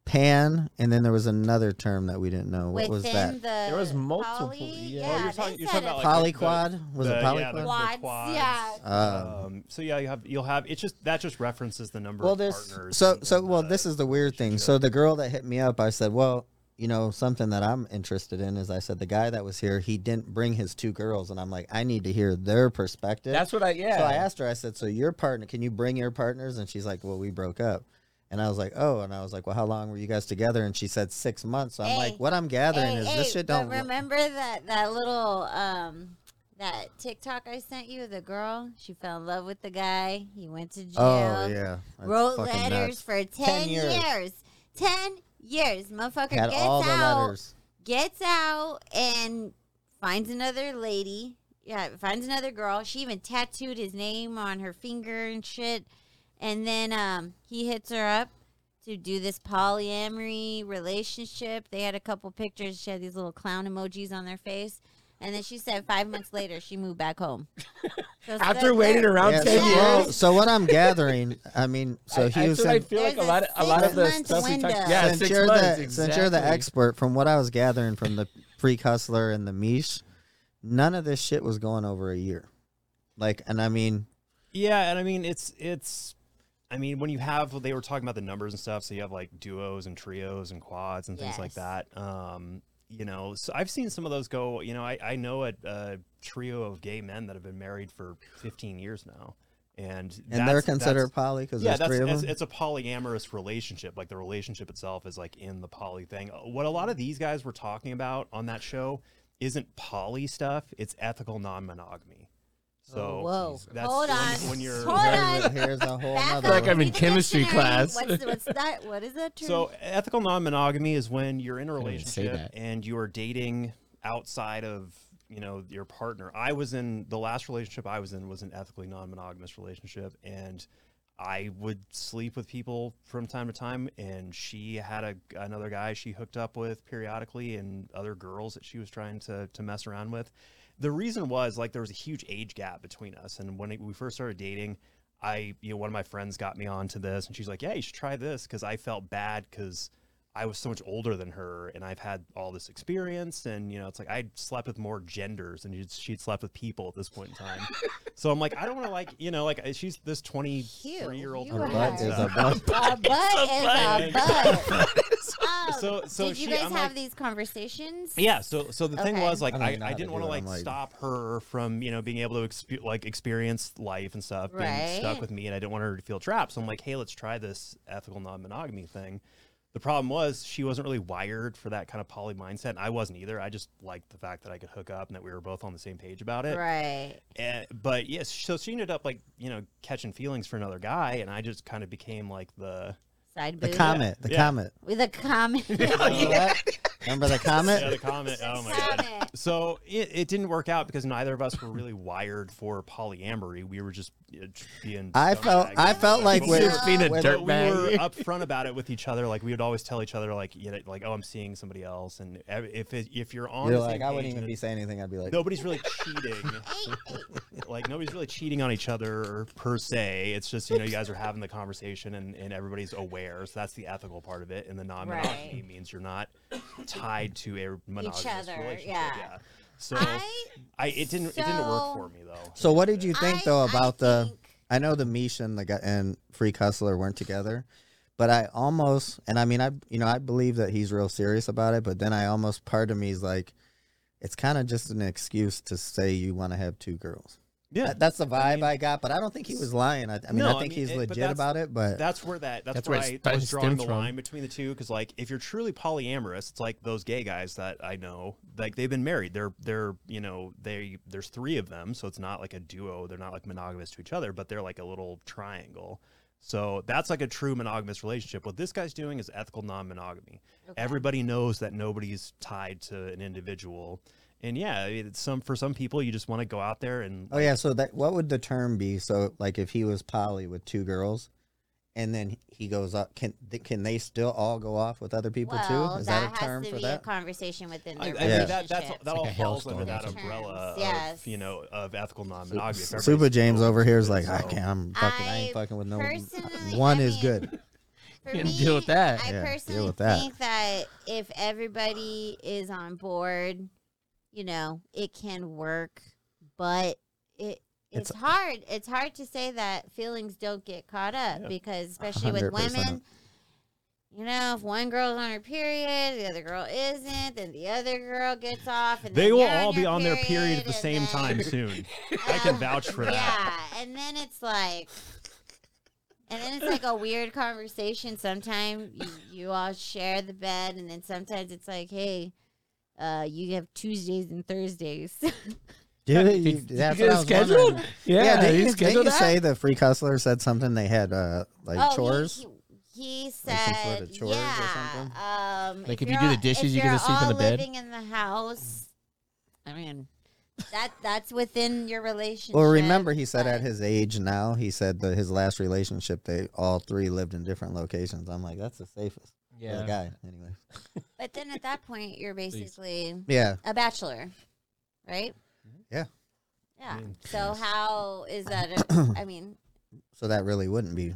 S2: pan, and then there was another term that we didn't know. What was that?
S3: Within the
S1: There was multiple-
S3: Poly?
S1: yeah.
S3: Yeah,
S1: Oh,
S4: you're talking-
S3: they
S4: you're
S3: said
S4: talking
S3: it.
S4: about, like-
S2: polyquad was
S4: the-
S2: it
S4: yeah,
S2: polyquad?
S4: the-
S3: Quads,
S4: quads.
S3: yeah.
S2: Um,
S4: Um, so yeah, you have you'll have it's just that just references the number
S2: well,
S4: of
S2: there's
S4: partners.
S2: so
S4: and- uh,
S2: so.
S4: and
S2: Well,
S4: the-
S2: this is the weird thing. So the girl that hit me up, I said, well, you know, something that I'm interested in is I said the guy that was here, he didn't bring his two girls, and I'm like, I need to hear their perspective.
S1: That's what I. Yeah.
S2: So I asked her, I said, So your partner, can you bring your partners? And she's like, Well, we broke up. And I was like, Oh, and I was like, Well, how long were you guys together? And she said, Six months. So I'm
S3: Hey,
S2: like, What I'm gathering
S3: Hey,
S2: is
S3: hey,
S2: this shit
S3: but
S2: don't.
S3: remember that that little um that TikTok I sent you, the girl, she fell in love with the guy. He went to jail.
S2: oh, yeah. That's
S3: wrote
S2: fucking
S3: letters
S2: nuts.
S3: for 10,
S2: 10
S3: years.
S2: years.
S3: 10 years. Motherfucker
S2: Had
S3: gets
S2: all the
S3: out.
S2: letters.
S3: Gets out and finds another lady. Yeah, finds another girl. She even tattooed his name on her finger and shit. And then um, he hits her up to do this polyamory relationship. They had a couple pictures. She had these little clown emojis on their face. And then she said five months later, she moved back home. So it's
S1: After
S3: like
S1: waiting
S3: there-
S1: around
S2: Yeah,
S1: ten
S2: so,
S1: years.
S2: well, so what I'm gathering, I mean,
S1: I,
S2: so
S1: I
S2: Hugh
S1: feel, I
S2: said,
S1: feel like a
S3: There's
S1: lot of
S3: a
S1: a lot of the
S3: six-month
S1: stuff we talked.
S3: window.
S1: Yeah,
S2: since,
S1: six
S2: you're
S1: months.
S2: the, since you're the
S1: exactly.
S2: expert, from what I was gathering from the pre hustler and the Mish, none of this shit was going over a year. Like, and I mean,
S4: Yeah, and I mean it's it's I mean when you have they were talking about the numbers and stuff, so you have like duos and trios and quads and things like
S3: Yes.
S4: that. Um, you know, so I've seen some of those go. You know, I I know a, a trio of gay men that have been married for 15 years now, and
S2: and they're
S4: that's-
S2: considered
S4: that's-
S2: poly because
S4: yeah,
S2: there's
S4: that's
S2: three of them.
S4: it's, it's a polyamorous relationship. Like the relationship itself is like in the poly thing. Uh, What a lot of these guys were talking about on that show isn't poly stuff. It's ethical non-monogamy. So
S3: Oh, Whoa.
S4: that's
S3: Hold
S4: when,
S3: on.
S4: when you're
S3: Hold on.
S2: Here's- Here's a whole
S3: Back
S2: nother
S3: up,
S1: like
S2: one.
S1: I'm in
S3: read the
S1: chemistry
S3: dictionary.
S1: class.
S3: What's, what's that? What is that term?
S4: So ethical non-monogamy is when you're in a
S1: didn't even say
S4: relationship
S1: that.
S4: and you are dating outside of you know your partner. I was in the last relationship I was in was an ethically non-monogamous relationship, and I would sleep with people from time to time. And she had a another guy she hooked up with periodically, and other girls that she was trying to to mess around with. The reason was like there was a huge age gap between us, and when we first started dating, I, you know, one of my friends got me onto this, and she's like, "Yeah, you should try this," because I felt bad because I was so much older than her, and I've had all this experience, and you know, it's like I slept with more genders, and she'd, she'd slept with people at this point in time. so I'm like, I don't want to like, you know, like I- she's this 23 year old.
S3: you
S2: Her
S3: are-
S2: butt is a butt.
S3: a butt is a butt. Um,
S4: So- so
S3: did you
S4: she-
S3: guys
S4: I'm
S3: have
S4: like-
S3: these conversations?
S4: Yeah, so so the thing
S3: Okay.
S4: was like
S2: I don't
S4: I,
S2: even know
S4: I
S2: how to
S4: didn't
S2: do
S4: want to
S2: it.
S4: like,
S2: I'm like-
S4: stop her from you know being able to exp- like experience life and stuff being
S3: Right.
S4: stuck with me, and I didn't want her to feel trapped. So I'm like, hey, let's try this ethical non-monogamy thing. The problem was she wasn't really wired for that kind of poly mindset, and I wasn't either. I just liked the fact that I could hook up and that we were both on the same page about it.
S3: Right.
S4: And, but yes, so she ended up like you know catching feelings for another guy, and I just kind of became like the
S3: Side
S2: The
S3: boob.
S2: comet. The
S4: Yeah.
S2: comet.
S3: With a comment.
S2: Remember that? Remember the
S4: yeah, the
S2: comet?
S4: comment. Oh my god.
S3: Comment.
S4: So it, it didn't work out because neither of us were really wired for polyamory. We were just uh, tr- being.
S2: I felt. I
S4: scumbags.
S2: felt like
S4: But
S2: with.
S3: Just
S1: being a
S2: with-
S1: dirt
S4: But we
S1: bag.
S4: were upfront about it with each other. Like we would always tell each other, like you know, like oh, I'm seeing somebody else, and ev- if it, if you're on,
S2: You're
S4: the
S2: like
S4: same
S2: I wouldn't
S4: page
S2: even
S4: and
S2: be saying anything. I'd be like,
S4: Nobody's really cheating. like nobody's really cheating on each other per se. It's just you know you guys are having the conversation and, and everybody's aware. So that's the ethical part of it. And the non-monogamy
S3: Right.
S4: means you're not tied to a monogamous
S3: other,
S4: relationship.
S3: yeah.
S4: So
S3: I
S4: I it didn't it didn't
S3: So-
S4: work for me though.
S2: So what did you think
S3: I-
S2: though
S3: I
S2: about the?
S3: think-
S2: I know the Mish and the guy and Freak Hustler weren't together, but I almost and I mean I you know I believe that he's real serious about it, but then I almost part of me is like, it's kind of just an excuse to say you want to have two girls.
S4: Yeah.
S2: That- that's the vibe I,
S4: mean-
S2: got, but I don't think he was lying. I, I mean
S4: No,
S2: I
S4: I
S2: think
S4: mean,
S2: he's
S4: it- but
S2: legit
S4: that's-
S2: about it, but
S4: that's where that that's,
S1: That's
S4: where,
S1: where it
S4: I
S1: st-
S4: was drawing
S1: stems
S4: the
S1: from.
S4: line between the two because like if you're truly polyamorous, it's like those gay guys that I know, like they've been married. They're they're you know they there's three of them, so it's not like a duo. They're not like monogamous to each other, but they're like a little triangle. So that's like a true monogamous relationship. What this guy's doing is ethical non-monogamy. Everybody knows that nobody's tied to an individual, and yeah, I mean, it's some for some people you just want to go out there and
S2: oh yeah. So that what would the term be? So like if he was poly with two girls, and then he goes up. Can th- can they still all go off with other people
S3: well,
S2: too? Is that,
S3: that,
S2: a term
S3: has to
S2: for
S3: be a
S2: that?
S3: conversation within
S4: I, I
S3: their
S4: mean,
S3: relationship.
S4: that, that's, that all
S1: like a
S4: falls
S1: hailstorm
S4: under that
S1: or
S3: something.
S4: umbrella of,
S3: Yes.
S4: you know, of ethical non-monogamy. If
S2: Su- Super
S4: everybody's
S2: James
S4: cool
S2: over here is
S4: with
S2: like,
S4: it,
S2: I
S4: so-
S2: can't. I'm fucking. I ain't
S3: I
S2: fucking with no one.
S3: personally-
S2: One
S3: I
S2: is
S3: mean,
S2: good.
S3: For
S1: Yeah,
S3: me,
S1: deal with that.
S3: I
S2: Yeah, deal
S3: personally
S2: with that.
S3: think that if everybody is on board, you know, it can work. But it it's,
S2: It's-
S3: hard. It's hard to say that feelings don't get caught up
S4: Yeah.
S3: because especially with
S2: 100%.
S3: women. You know, if one girl's on her period, the other girl isn't, then the other girl gets off. And
S4: They
S3: then
S4: will
S3: you're
S4: all be
S3: your
S4: on their period at the
S3: and
S4: same
S3: then-
S4: time soon. I can
S3: Uh,
S4: vouch for that.
S3: yeah, and then it's like, and then it's like a weird conversation. Sometimes you, you all share the bed, and then sometimes it's like, hey, uh, you have Tuesdays and Thursdays.
S2: Dude,
S1: Did-
S2: you-
S1: did you
S2: that's
S1: get
S2: what I
S1: it
S2: was
S1: scheduled?
S2: wondering.
S1: Yeah,
S2: didn't
S1: did you
S2: you, didn't
S1: schedule
S2: you
S1: that?
S2: say the free cussler said something they had uh like
S3: Oh, he-
S2: chores?
S3: He, he
S2: Like some
S3: said,
S2: sort of chores or
S3: yeah.
S2: something?
S3: Um,
S1: Like, if you do the
S3: you're-
S1: dishes,
S3: if
S1: you get to
S3: you're
S1: sleep in
S3: all
S1: the bed?
S3: Living in the house, I mean, that that's within your relationship.
S2: Well, remember he said at
S3: but-
S2: his age now, he said that his last relationship they all three lived in different locations. I'm like, that's the safest for the
S1: Yeah.
S2: guy, anyway.
S3: But then at that point, you're basically.
S2: Yeah,
S3: a bachelor, right?
S2: Yeah.
S3: Yeah.
S4: I mean,
S3: so how is that? A, I mean,
S2: so that really wouldn't be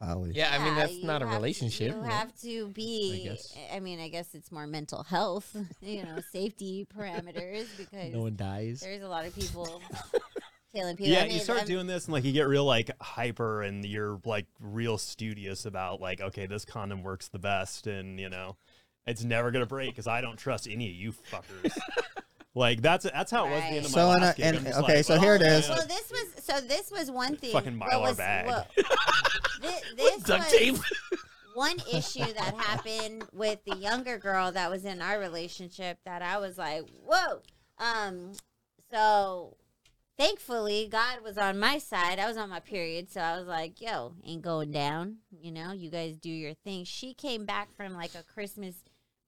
S2: poly.
S1: Yeah, I mean
S3: yeah,
S1: that's
S3: you
S1: not a
S3: have to-
S1: relationship.
S3: you
S1: yeah.
S3: have to be.
S1: guess.
S3: I, mean, I guess it's more mental health, you know, safety parameters because
S1: No one dies.
S3: there's a lot of people killing people.
S4: Yeah,
S3: I mean,
S4: you start
S3: I'm-
S4: doing this and like you get real like hyper and you're like real studious about like okay, this condom works the best and you know, it's never gonna break because I don't trust any of you fuckers. like that's that's how it was at the end of my
S2: So, and,
S4: last
S2: uh,
S4: gig. I'm
S2: and-
S4: just
S2: okay,
S4: like,
S2: so here it
S4: "Oh,
S2: is."
S4: yeah."
S3: Well, this was so. This was one thing.
S4: Fucking
S3: what
S4: Mylar
S3: was-
S4: bag.
S3: what- thi- this
S1: Duct
S3: was-
S1: tape.
S3: one issue that happened with the younger girl that was in our relationship that I was like, whoa. Um, so thankfully, God was on my side. I was on my period. So I was like, yo, ain't going down. You know, you guys do your thing. She came back from like a Christmas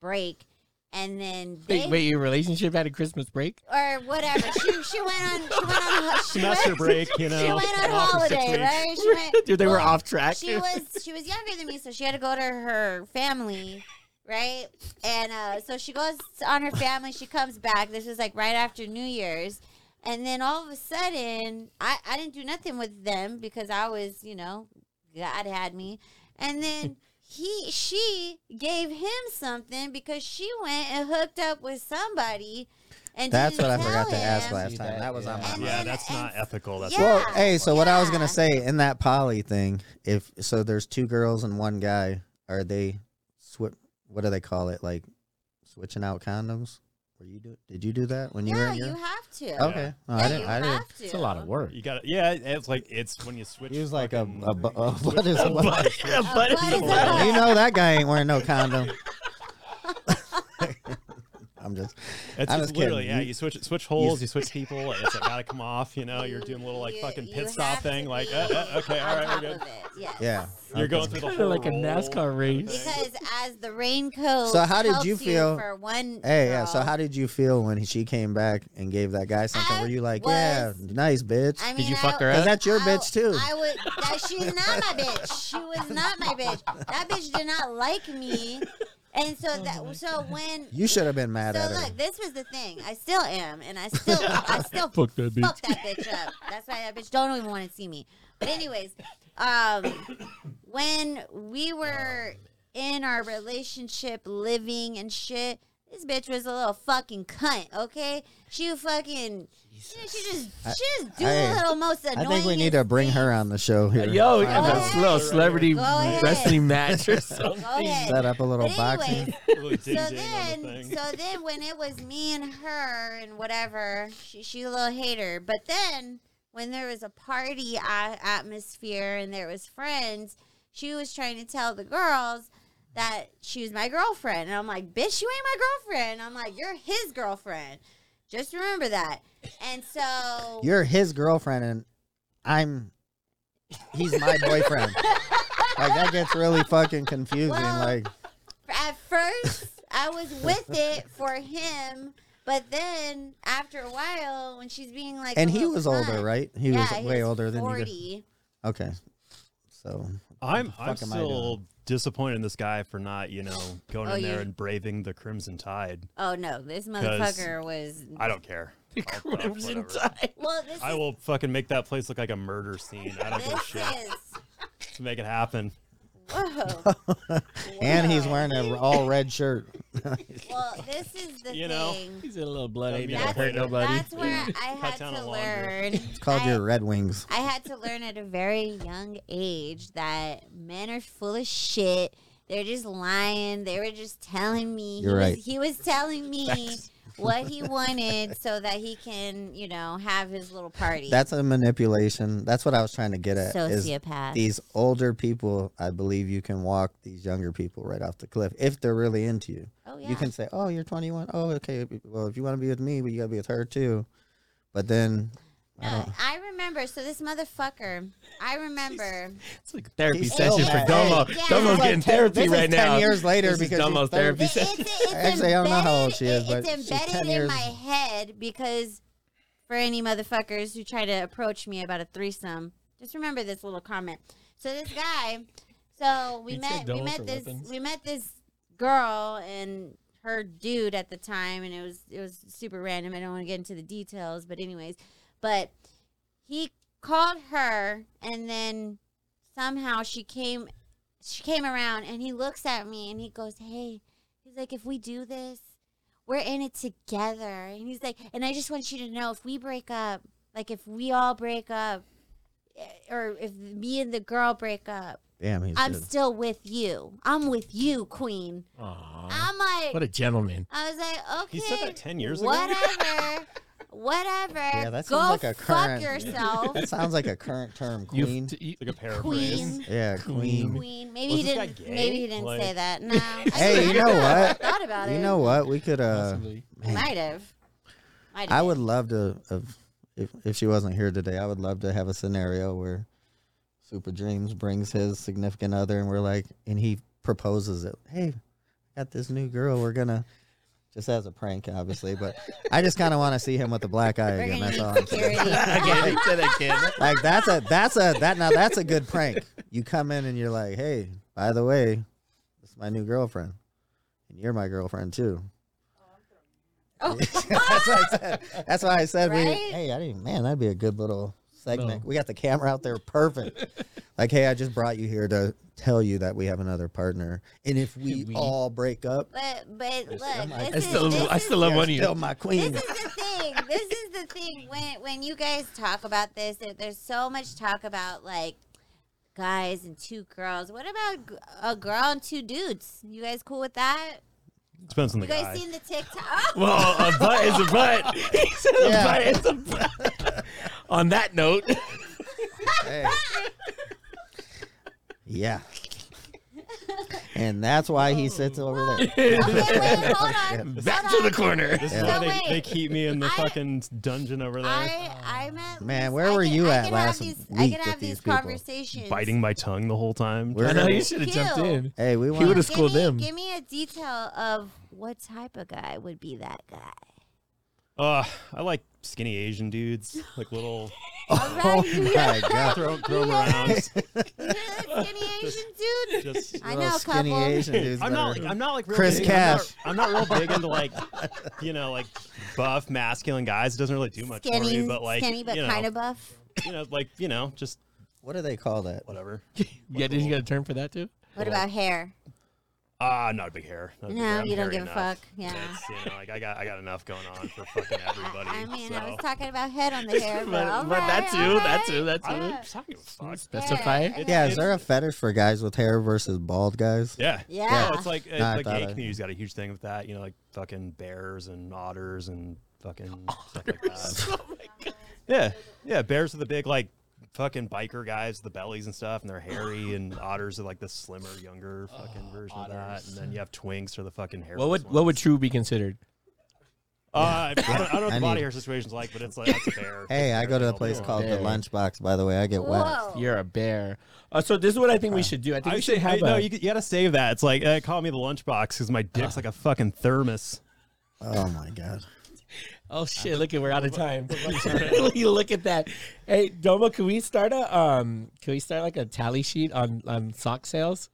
S3: break. And then they,
S1: Wait, wait, your relationship had a Christmas break?
S3: or whatever. She she went on she went on a, she
S4: semester
S3: went,
S4: break, you know.
S3: she went on
S4: I'm off for six
S3: holiday, right?
S4: weeks.
S3: She went
S1: Dude, they were
S3: well,
S1: off track.
S3: she was she was younger than me, so she had to go to her family, right? And uh, so she goes on her family. She comes back. This was like right after New Year's, and then all of a sudden, I I didn't do nothing with them because I was you know God had me, and then. He she gave him something because she went and hooked up with somebody, and
S2: That's what
S3: didn't
S2: I forgot
S3: tell
S2: to ask
S3: him.
S2: last
S1: See
S2: time.
S1: that,
S2: That was on
S1: yeah.
S2: my
S3: And
S2: mind.
S4: yeah,
S3: then-
S4: that's not
S3: and-
S4: ethical. That's
S3: Yeah.
S2: Well, hey, so what I was
S3: Yeah.
S2: gonna say in that poly thing, if so, there's two girls and one guy. Are they swi What do they call it? Like switching out condoms? Were you do? Did you do that when you were
S3: Yeah,
S2: in
S3: you
S2: your?
S3: have to.
S2: okay, Oh,
S3: Yeah,
S2: I didn't.
S3: you
S2: I didn't.
S3: have to.
S1: it's a lot of work.
S4: you got to Yeah, it's like it's when you switch.
S2: He was like a,
S4: fucking-
S2: a, bu- a
S4: switch
S2: what is
S4: the
S2: a
S4: butt.
S2: butt?
S1: Yeah, but
S3: What is
S1: it's-
S3: that?
S2: you know that guy ain't wearing no condom. I'm just.
S4: It's,
S2: I
S4: it's
S2: was kidding.
S4: literally yeah.
S2: You-
S4: You switch switch holes. You switch people. It's like, gotta come off. You know, Oh, you're doing a little like
S3: You-
S4: fucking
S3: you
S4: pit stop
S3: have to
S4: thing. Like
S3: be
S4: uh, uh, okay, all
S3: on
S4: right,
S3: top
S4: we're good.
S3: of it, yes.
S2: Yeah.
S4: You're going
S2: Okay.
S4: through the
S1: Kinda
S4: whole
S1: like a
S4: roll
S1: NASCAR
S4: kind of
S1: race.
S4: thing.
S3: Because as the raincoat.
S2: So how did
S3: helps
S2: you feel-
S3: for one?
S2: Hey, yeah. So
S3: girl,
S2: how did you feel when she came back and gave that guy something?
S3: I
S2: Were you like,
S3: was-
S2: yeah, nice bitch?
S3: I mean,
S1: Did you
S3: I-
S1: fuck her
S2: Cause
S1: up?
S2: that's your
S3: I-
S2: bitch too.
S3: I would. That, she's not my bitch. She was not my bitch. That bitch did not like me, and so that. So when.
S2: you should have been mad
S3: so
S2: at her.
S3: look, this was the thing. I still am, and I still, I still
S1: Fuck that bitch.
S3: fuck that bitch up. That's why that bitch don't even want to see me. But anyways, um, when we were in our relationship, living and shit, this bitch was a little fucking cunt. Okay, she fucking, she, she just, she just do
S2: I-
S3: a little most
S2: I
S3: annoying.
S2: think we need to bring her on the show
S4: Uh,
S2: here.
S1: Yo, we
S3: Go
S1: have a
S3: ahead.
S1: slow celebrity
S3: Go ahead.
S1: wrestling match or
S3: Go
S1: something.
S3: ahead.
S2: set up a little
S3: But
S2: boxing.
S3: anyways,
S4: Little ding
S3: so
S4: ding on the
S3: then,
S4: thing.
S3: so then when it was me and her and whatever, she, she a little hater. But then when there was a party a- atmosphere and there was friends, she was trying to tell the girls that she was my girlfriend, and I'm like, bitch, you ain't my girlfriend. I'm like, you're his girlfriend. Just remember that. And so
S2: You're his girlfriend, and I'm. He's my boyfriend. like that gets really fucking confusing.
S3: Well,
S2: like
S3: at first I was with it for him, but then after a while, when she's being like, a
S2: and he
S3: little
S2: was
S3: cunt,
S2: older, right? He
S3: yeah,
S2: was way older than you.
S3: forty.
S2: did- Okay. So
S4: I'm
S2: fuck
S4: I'm
S2: am I doing?
S4: still disappointed in this guy for not you know going
S3: Oh,
S4: in there
S3: you-
S4: and braving the Crimson Tide.
S3: Oh no, this motherfucker was.
S4: I don't care. I'll- I'll-
S1: Crimson
S4: whatever.
S1: Tide.
S3: well, this
S4: I
S3: is,
S4: will fucking make that place look like a murder scene. I don't give a
S3: this
S4: shit.
S3: is
S4: Let's make it happen.
S3: whoa.
S2: and he's wearing an all red shirt.
S3: well, this is the
S4: You know,
S3: thing.
S1: He's in a little blood.
S4: That'd
S1: Ain't
S4: be
S1: gonna
S4: don't
S1: hurt
S3: That's,
S4: hurt
S1: nobody.
S3: that's where I had
S4: down
S3: to
S4: on laundry.
S3: learn.
S2: It's called
S3: I-
S2: your Red Wings.
S3: I had to learn at a very young age that men are full of shit. They're just lying. They were just telling me.
S2: You're
S3: he
S2: right.
S3: Was, he was telling me what he wanted so that he can, you know, have his little party.
S2: That's a manipulation. That's what I was trying to get at. Is
S3: sociopath.
S2: these older people, I believe you can walk these younger people right off the cliff if they're really into you.
S3: oh yeah.
S2: You can say, "Oh, you're 21. Oh, okay. Well, if you want to be with me, but you gotta be with her too." But then, I
S3: No,
S2: don't-
S3: I remember. So this motherfucker, I remember.
S1: It's like therapy
S2: He's
S1: session
S2: still
S1: for
S2: mad.
S1: Dumbo.
S3: Yeah.
S1: Dumbo's
S3: This is
S1: getting therapy
S2: this is
S1: right
S2: 10
S1: now.
S2: years later
S1: This is
S2: because
S1: Dumbo's
S2: he's thirty.
S1: therapy
S3: It's,
S1: session.
S3: it's, it's
S2: Actually, I don't know how old
S3: embedded-
S2: she is,
S3: it-
S2: but she's 10
S3: it's embedded in
S2: years-
S3: my head because for any motherfuckers who try to approach me about a threesome, just remember this little comment. So this guy, so we
S1: You'd say
S3: met, we
S1: don't
S3: met
S1: for
S3: this,
S1: weapons.
S3: we met this girl and her dude at the time, and it was it was super random. I don't want to get into the details, but anyways, but he called her and then somehow she came she came around and he looks at me and he goes hey he's like if we do this we're in it together and he's like and i just want you to know if we break up like if we all break up eh, or if me and the girl break up
S2: damn, he's
S3: i'm
S2: good.
S3: still with you i'm with you queen
S1: Aw,
S3: i'm like
S1: Oh. what a gentleman.
S3: I was like, okay.
S4: He said that 10 years ago?
S3: Whatever. whatever.
S2: Yeah, that
S3: Go
S2: seems like a
S3: fuck
S2: current-
S3: yourself,
S2: that sounds like a current term,
S1: You-
S2: queen.
S1: you-
S4: Like a paraphrase.
S3: queen.
S2: yeah, queen.
S3: Queen. Maybe
S4: Was
S3: he
S4: this guy
S3: didn't.
S4: gay?
S3: Maybe he didn't say
S4: Like-
S3: that. No. I
S2: Hey, you
S3: never
S2: know what?
S3: Thought about it.
S2: You know what? We could uh,
S1: Possibly.
S2: man.
S3: Might have. Might have.
S2: I would love to, if, if if she wasn't here today, I would love to have a scenario where Super Dreams brings his significant other, and we're like, and he proposes it. Hey, I got this new girl. We're gonna just as a prank, obviously, but I just kind of want to see him with the black eye
S3: We're
S2: again.
S3: gonna
S2: That's all.
S3: need
S2: I'm saying.
S3: security.
S1: Again, he said again.
S2: Like that's a that's a that now that's a good prank. You come in and you're like, hey, by the way, this is my new girlfriend, and you're my girlfriend too.
S3: Oh.
S2: that's why I said. That's why I said. We,
S3: Right?
S2: hey, I didn't. Man, that'd be a good little segment.
S1: No.
S2: We got the camera out there, perfect. like, hey, I just brought you here to tell you that we have another partner, and if we,
S1: We-
S2: all break up,
S3: But but look,
S1: I
S3: this is,
S1: still,
S3: this
S1: I
S3: is
S1: still love
S2: you're
S1: one of
S2: still
S1: you.
S2: my
S3: this
S2: queen.
S3: is the thing. This is the thing. When when you guys talk about this, there- there's so much talk about like guys and two girls. What about g- a girl and two dudes? You guys cool with that?
S4: Depends on the
S3: You guys
S4: guy.
S3: seen the TikTok? Oh,
S1: Well, a butt is a butt. He said a
S2: Yeah.
S1: butt is a butt. On that note,
S2: Hey. Yeah. And that's why he sits over there.
S3: okay, wait, hold on.
S1: back to the corner.
S4: This
S2: Yeah.
S4: is why
S3: So
S4: they, they
S3: wait.
S4: keep me in the
S3: I-
S4: fucking dungeon over there,
S3: I I met
S2: Man,
S3: Lisa.
S2: where
S3: I
S2: were
S3: could-
S2: you
S3: I
S2: at
S3: could
S2: last
S3: have these, I
S2: week
S3: could
S2: with
S3: have
S2: these
S3: these
S2: people?
S3: conversations.
S4: biting my tongue the whole time.
S2: We're-
S1: I know you should have jumped
S3: Cute.
S1: in.
S2: Hey, we
S1: He would
S2: want.
S1: have schooled
S3: give me,
S1: them.
S3: Give me a detail of what type of guy would be that guy.
S4: Uh, I like skinny Asian dudes, like little
S2: Oh my god!
S4: throw, throw 'em around.
S3: You hear that skinny Asian dude?
S4: Just
S3: I
S2: Little
S3: know a
S2: skinny
S3: couple.
S2: Asian dudes.
S4: I'm not
S2: that
S4: like
S2: are-
S4: I'm not like real
S2: Chris
S4: big-
S2: Cash.
S4: I'm not, I'm not real big into like you know like buff masculine guys. It doesn't really do much for
S3: Skinny,
S4: me, but like
S3: skinny, but
S4: you know,
S3: kind of buff.
S4: you know like you know just
S2: what do they call that?
S4: whatever.
S1: Yeah, did you get a term for that too?
S3: What about hair?
S4: Ah, not a big hair. Not a big
S3: No,
S4: hair. I'm
S3: you don't
S4: hairy
S3: give a
S4: enough.
S3: fuck. Yeah.
S4: It's, you know, like I got I got enough going on for fucking everybody.
S3: I mean,
S4: so.
S3: I was talking about head on the hair, but, all
S1: but
S3: right,
S1: that too,
S3: all
S1: that
S3: right.
S1: too, that
S4: I
S1: too.
S4: don't I don't give a fuck.
S1: Specify.
S3: Yeah.
S2: Yeah, is there a fetish for guys with hair versus bald guys?
S4: Yeah.
S3: Yeah.
S4: No, it's like it's
S2: I
S4: like
S2: thought
S4: gay
S2: I-
S4: community's got a huge thing with that. You know, like fucking bears and otters and fucking stuff like that.
S1: Oh my God.
S4: Yeah, yeah. Bears are the big like fucking biker guys, with the bellies and stuff, and they're hairy. And otters are like the slimmer, younger fucking version of that. And then you have twinks or the fucking hair.
S1: Oh, What would what would true be considered?
S4: Uh, I, don't, I don't know what
S2: I
S4: the body
S2: need-
S4: hair situation's like, but it's like that's a bear.
S2: Hey, I go to a
S4: They'll
S2: place
S4: do it.
S2: called the
S1: Yeah.
S2: Lunchbox. By the way, I get wet.
S3: Whoa.
S1: You're a bear. Uh, so this is what I think we should do. I think
S4: I
S1: we should
S4: should
S1: have
S4: no.
S1: a.
S4: You, you gotta save that. It's like uh, call me the lunchbox because my dick's like a fucking thermos.
S2: Oh my god!
S1: Oh shit! Look at we're out of time. you look at that. Hey Doma, can we start a um? Can we start like a tally sheet on on sock sales?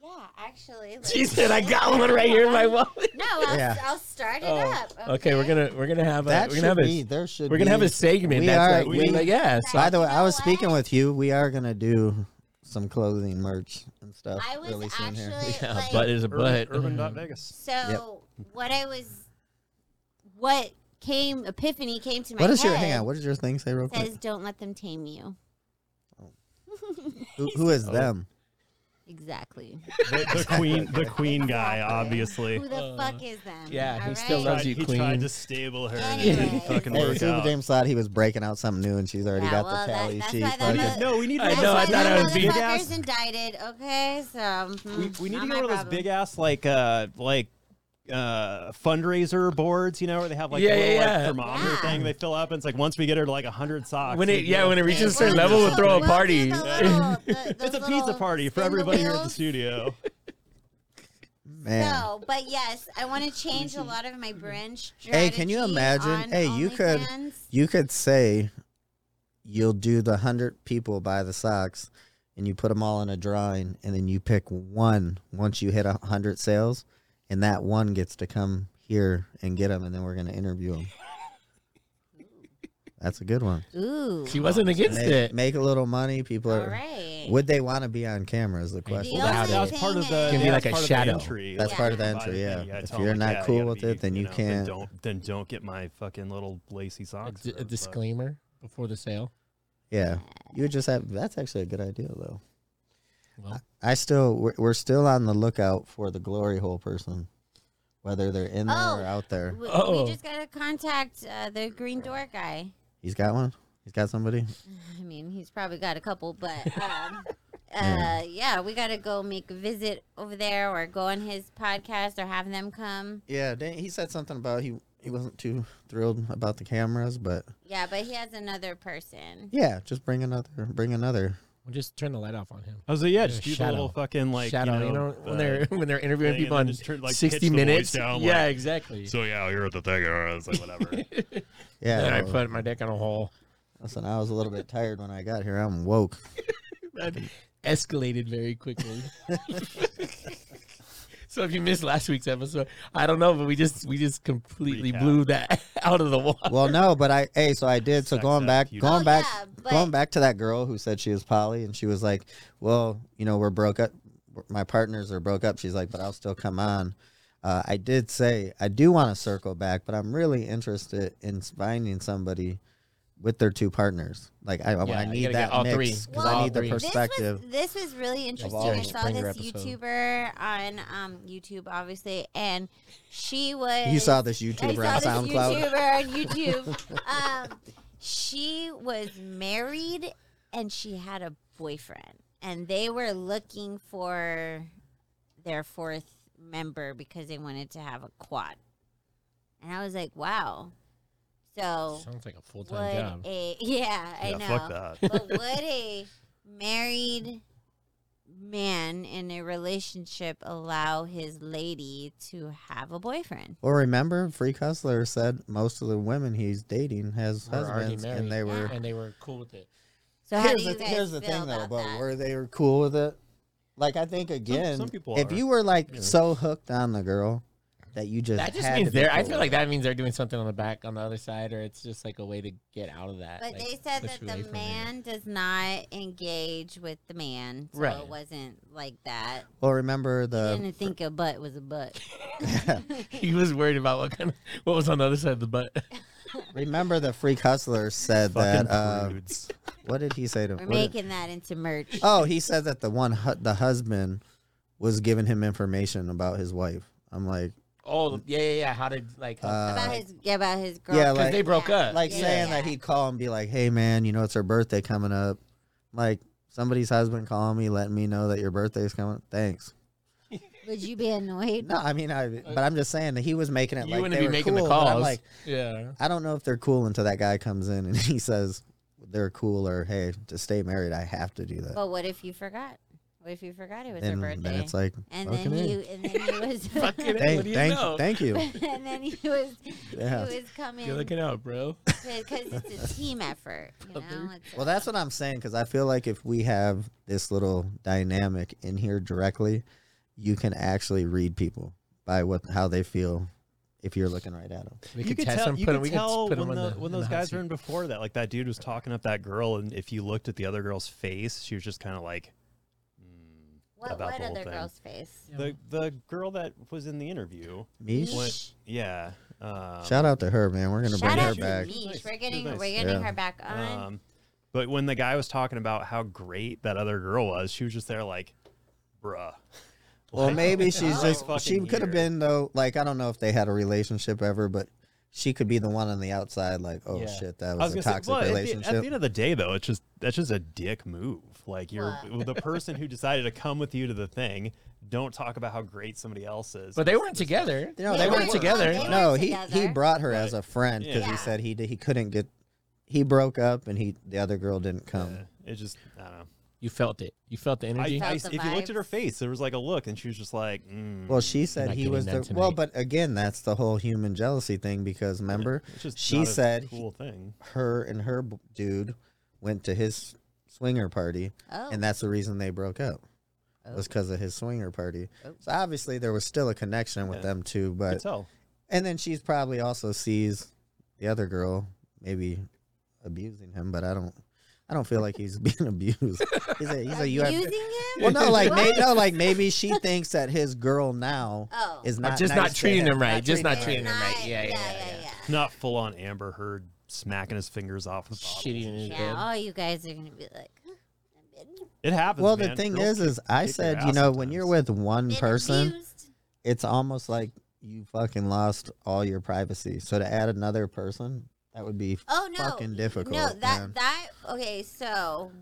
S3: Yeah, actually.
S1: She said I got one right here in my wallet.
S3: No, I'll,
S2: Yeah.
S3: I'll start it
S1: Oh,
S3: up. Okay.
S1: Okay, we're gonna we're gonna have a
S2: That
S1: we're
S2: should
S1: gonna have a
S2: be. There should.
S1: we're gonna have
S2: be-
S1: a segment
S2: We
S1: that's like,
S2: are- we-
S1: like, yeah. So
S2: By the way,
S3: You
S2: I
S3: know
S2: was
S3: what?
S2: speaking with you. We are gonna do some clothing merch and stuff
S3: I was
S2: really soon here.
S3: actually
S1: yeah,
S3: like,
S1: but is a
S4: Urban,
S1: but.
S4: urban dot Vegas.
S3: so what I was, what came epiphany came to my
S2: What is
S3: head.
S2: your hang on? What does your thing say real quick?
S3: Says don't let them tame you.
S2: Who, who is
S4: Oh.
S2: them?
S3: Exactly.
S4: The, the queen, the queen guy, obviously.
S3: Who the fuck is them?
S1: Uh, yeah, he
S3: All
S1: still
S3: right?
S1: loves you.
S4: he
S1: queen.
S4: tried to stable her. And it
S3: Anyway.
S4: didn't fucking
S2: Hey,
S4: work
S2: Super
S4: out.
S2: James thought he was breaking out something new, and she's already
S3: Yeah,
S2: got
S3: well,
S2: the
S3: that-
S2: tally
S3: that's
S2: sheet.
S3: why that
S2: fucking-
S3: was-
S4: No, we need.
S1: I
S4: to
S3: That's
S1: know,
S3: why
S1: I thought
S3: that
S1: I was being-
S3: motherfucker's indicted. Okay, so mm,
S4: we, we need
S3: not
S4: to
S3: my
S4: get one of those
S3: problem.
S4: big ass like uh like uh fundraiser boards you know where they have like
S1: Yeah,
S4: a little
S1: yeah,
S4: like,
S1: yeah.
S4: thermometer
S3: Yeah.
S4: thing they fill up and it's like once we get her to like 100 socks
S1: when
S4: we
S1: it
S4: get
S1: yeah
S4: a-
S1: when it reaches a certain
S3: We'll
S1: level,
S3: do-
S1: we'll throw a
S3: we'll do
S1: party.
S3: the little- the-
S4: it's
S3: those
S4: a pizza
S3: little
S4: party for
S3: spin the
S4: everybody here at the
S3: wheels.
S4: studio
S2: man.
S3: No, but yes, I want to change a lot of my brand strategy.
S2: Hey, can you imagine?
S3: on
S2: Hey, you could-
S3: OnlyFans.
S2: You could say you'll do the hundred people buy the socks, and you put them all in a drawing, and then you pick one once you hit a hundred sales, and that one gets to come here and get them, and then we're gonna interview them. That's a good one.
S3: Ooh,
S1: She wasn't against
S2: Make,
S1: it.
S2: make a little money. People
S3: all
S2: are.
S3: right.
S2: Would they want to be on camera? Is the question.
S3: The only
S4: that was part of the
S3: thing
S1: Can be
S4: that
S1: like a
S4: was part of the
S1: shadow.
S4: entry.
S2: That's
S3: Yeah.
S2: part of the entry. Yeah.
S4: You gotta
S2: If
S4: tell 'em,
S2: you're
S4: like,
S2: not
S4: yeah, you
S2: cool
S4: gotta
S2: with
S4: be,
S2: it, then you,
S4: know,
S2: can't.
S4: don't then don't get my fucking little lacy
S1: A,
S4: socks
S1: d-
S4: bro,
S1: a
S4: but-
S1: disclaimer before the sale.
S2: Yeah. You would just have. That's actually a good idea though.
S1: Well,
S2: I still we're, we're still on the lookout for the glory hole person, whether they're in there or
S3: Oh.
S2: out there.
S3: We,
S1: Uh-oh.
S3: we just gotta contact uh, the Green Door guy.
S2: He's got one. He's got somebody.
S3: I mean, he's probably got a couple, but um,
S2: Yeah.
S3: uh, yeah, we gotta go make a visit over there, or go on his podcast, or have them come.
S2: Yeah. didn't- He said something about he he wasn't too thrilled about the cameras, but
S3: Yeah, but he has another person.
S2: yeah, just bring another. Bring another.
S1: we'll just turn the light off on him.
S4: I was like, yeah,
S1: Yeah,
S4: just do the
S1: shadow.
S4: little fucking like
S1: Shout
S4: you
S1: out,
S4: know,
S1: you know, when
S4: uh,
S1: they're when they're interviewing
S4: thing and
S1: people
S4: then
S1: on
S4: just turn, like, pitch the
S1: sixty
S4: voice
S1: minutes.
S4: down,
S1: yeah,
S4: like,
S1: exactly.
S4: So yeah, you're at the thing, and I was like, whatever.
S2: Yeah.
S1: then I
S2: well,
S1: put my dick in a hole.
S2: listen, I was a little bit tired when I got here. I'm woke.
S1: That escalated very quickly. so if you missed last week's episode, I don't know, but we just we just completely
S4: Recap.
S1: blew that out of the water.
S2: Well, no, but I hey, so I did. So
S4: Sex
S2: going
S4: ed,
S2: back,
S4: huge.
S2: going
S3: Oh,
S2: back,
S3: yeah, but-
S2: going back to that girl who said she was poly, and she was like, "Well, you know, we're broke up. My partners are broke up." She's like, "But I'll still come on." Uh, I did say I do want to circle back, but I'm really interested in finding somebody with their two partners. Like I, I-
S1: Yeah,
S2: I
S1: you
S2: need
S1: gotta get
S2: that
S1: all three.
S2: mix because I
S3: Well,
S2: need the
S1: three.
S3: This was-
S2: perspective.
S3: This was, really interesting.
S2: all
S3: I
S2: the
S3: saw
S1: Springer
S3: this
S1: episodes.
S3: YouTuber on um, YouTube, obviously, and she was.
S2: you saw this
S3: I
S2: YouTuber
S3: saw
S2: on
S3: this
S2: SoundCloud.
S3: YouTuber on YouTube. um, she was married and she had a boyfriend, and they were looking for their fourth member because they wanted to have a quad. And I was like, wow. So
S1: Sounds like a full
S3: would
S1: time job.
S3: a yeah, I
S4: yeah,
S3: know.
S4: fuck that.
S3: But would a married man in a relationship allow his lady to have a boyfriend?
S2: Well, remember, Free Hustler said most of the women he's dating has
S1: We're already
S2: husbands, and
S1: married.
S2: they were.
S1: and they were cool with it.
S3: So how
S2: here's
S3: do you
S2: the,
S3: guys
S2: here's the
S3: feel
S2: thing though
S3: about
S2: but
S3: that?
S2: were they were cool with it like i think again
S4: some people
S2: if
S4: are.
S2: you were like
S4: Yeah.
S2: so hooked on the girl that you just
S1: That just
S2: had
S1: means
S2: to be
S1: they're. I
S2: cool
S1: feel
S2: with
S1: like that means they're doing something on the back on the other side, or it's just like a way to get out of that.
S3: But
S1: like,
S3: they said
S1: push
S3: that
S1: away from
S3: the
S1: it.
S3: man does not engage with the man. So
S1: Right.
S3: it wasn't like that.
S2: it. well remember the
S3: Didn't think a butt was a butt.
S1: he was worried about what kind of what was on the other side of the butt.
S2: remember the freak hustler said
S4: Fucking
S2: that uh
S4: prudes.
S2: what did he say to
S3: We're
S2: what did-
S3: making that into merch.
S2: oh he said that the one hu- the husband was giving him information about his wife i'm like
S1: Oh yeah, yeah, yeah. How did like? Because
S2: uh,
S3: about his yeah, about his girl.
S2: yeah, like-
S1: they broke
S3: Yeah,
S1: up.
S2: like
S3: Yeah.
S2: saying that he'd call and be like, "Hey man, you know it's her birthday coming up." Like somebody's husband calling me, letting me know that your birthday's coming. Thanks.
S3: Would you be annoyed?
S2: No, I mean, I. But I'm just saying that he was making it
S1: you
S2: like
S1: wouldn't
S2: they
S1: be
S2: were
S1: making
S2: cool,
S1: the
S2: but I'm
S1: calls.
S2: Like
S1: yeah.
S2: I don't know if they're cool until that guy comes in and he says they're cool or hey, to stay married, I have to do that.
S3: But what if you forgot? What if you forgot it was
S2: and
S3: Oh, her
S2: then
S3: birthday?
S2: it's like,
S3: and
S2: fucking
S3: then
S2: A.
S3: you and then you was
S1: Fucking A.
S2: thank,
S1: What do you
S2: thank,
S1: know?
S2: thank you.
S3: and then you was
S2: Yeah.
S3: you was coming
S1: You're looking out, bro.
S3: because it's a team effort. You know? It's
S2: Well,
S3: a-
S2: that's what I'm saying because I feel like if we have this little dynamic in here directly, you can actually read people by what how they feel if you're looking right at them.
S1: We
S4: you
S1: could
S4: could
S1: test
S4: tell,
S1: them.
S4: you
S1: Put
S4: could
S1: them. We could
S4: tell
S1: put them
S4: when,
S1: on
S4: the,
S1: the
S4: when
S1: on the
S4: those
S1: hot
S4: guys
S1: seat.
S4: were in before that. Like that dude was talking up that girl, and if you looked at the other girl's face, she was just kind of like
S3: what,
S4: about
S3: what
S4: the whole
S3: other
S4: thing.
S3: girl's face?
S4: the the girl that was in the interview.
S2: Mish,
S4: What? Yeah. Um,
S2: shout out to her, man. We're gonna
S3: Shout
S2: bring
S3: out
S2: her
S3: to
S2: back.
S3: Mish.
S4: Nice.
S3: We're getting
S4: Nice.
S3: we're getting
S2: Yeah.
S3: her back on.
S4: Um, but when the guy was talking about how great that other girl was, she was just there like, "Bruh."
S2: Well,
S4: Like,
S2: maybe she's
S4: oh,
S2: just she
S4: fucking
S2: could have
S4: here.
S2: been though. Like I don't know if they had a relationship ever, but she could be the one on the outside. Like, oh
S1: Yeah.
S2: shit, that
S4: I
S2: was,
S4: was
S2: a
S4: gonna
S2: toxic
S4: say, well, at the-
S2: relationship.
S4: At the, end of the day, though, it's just that's just a dick move. Like you're the person who decided to come with you to the thing. Don't talk about how great somebody else is.
S1: But they weren't together.
S2: No,
S3: Yeah,
S2: they
S3: they
S2: weren't
S3: weren't
S2: together.
S3: together.
S2: No,
S3: They
S2: he
S3: weren't
S2: he
S3: together.
S2: brought her as a friend because he
S3: Yeah.
S2: said he d- he couldn't get. He broke up and he the other girl didn't come.
S4: Uh, it just I don't know.
S1: You felt it. You felt the energy.
S4: I, I,
S3: Felt
S4: if
S3: the
S4: you looked at her
S3: vibes.
S4: face, there was like a look, and she was just like, mm.
S2: Well, she said
S1: not
S2: he
S1: getting
S2: was the
S1: that
S2: well,
S1: tonight.
S2: but again, that's the whole human jealousy thing because remember,
S4: It's just
S2: she
S4: not a
S2: said
S4: cool thing.
S2: her and her b- dude went to his swinger party,
S3: oh,
S2: and that's the reason they broke up. Was because of his swinger party.
S3: Oh.
S2: So obviously there was still a connection with
S4: Yeah.
S2: them two,
S4: You
S2: but
S4: could tell.
S2: and then she's probably also sees the other girl maybe abusing him, but I don't. I don't feel like he's being abused. He's a he's a
S3: abusing
S2: UFC.
S3: him?
S2: Well, no, like
S3: What?
S2: maybe no, like maybe she thinks that his girl now
S3: Oh.
S2: is
S1: I'm
S2: not
S1: just
S2: nice
S1: not
S2: to
S1: treating him right. Just
S2: treating
S1: not
S3: It's
S1: treating him right.
S3: not-
S1: Yeah, yeah,
S3: yeah,
S1: yeah.
S3: yeah.
S4: Not full on Amber Heard smacking his fingers off the bottle.
S1: Shitty in his
S3: Yeah,
S1: bed.
S3: all you guys are gonna be like, huh, I've been,
S4: It happens.
S2: Well, the
S4: man.
S2: thing
S4: Girls
S2: is, is I
S4: kick your
S2: said, you
S4: ass
S2: know, when you're with one
S3: been
S2: person,
S3: abused.
S2: it's almost like you fucking lost all your privacy. So to add another person, that would be
S3: Oh no,
S2: fucking difficult.
S3: No, that
S2: man.
S3: that okay. So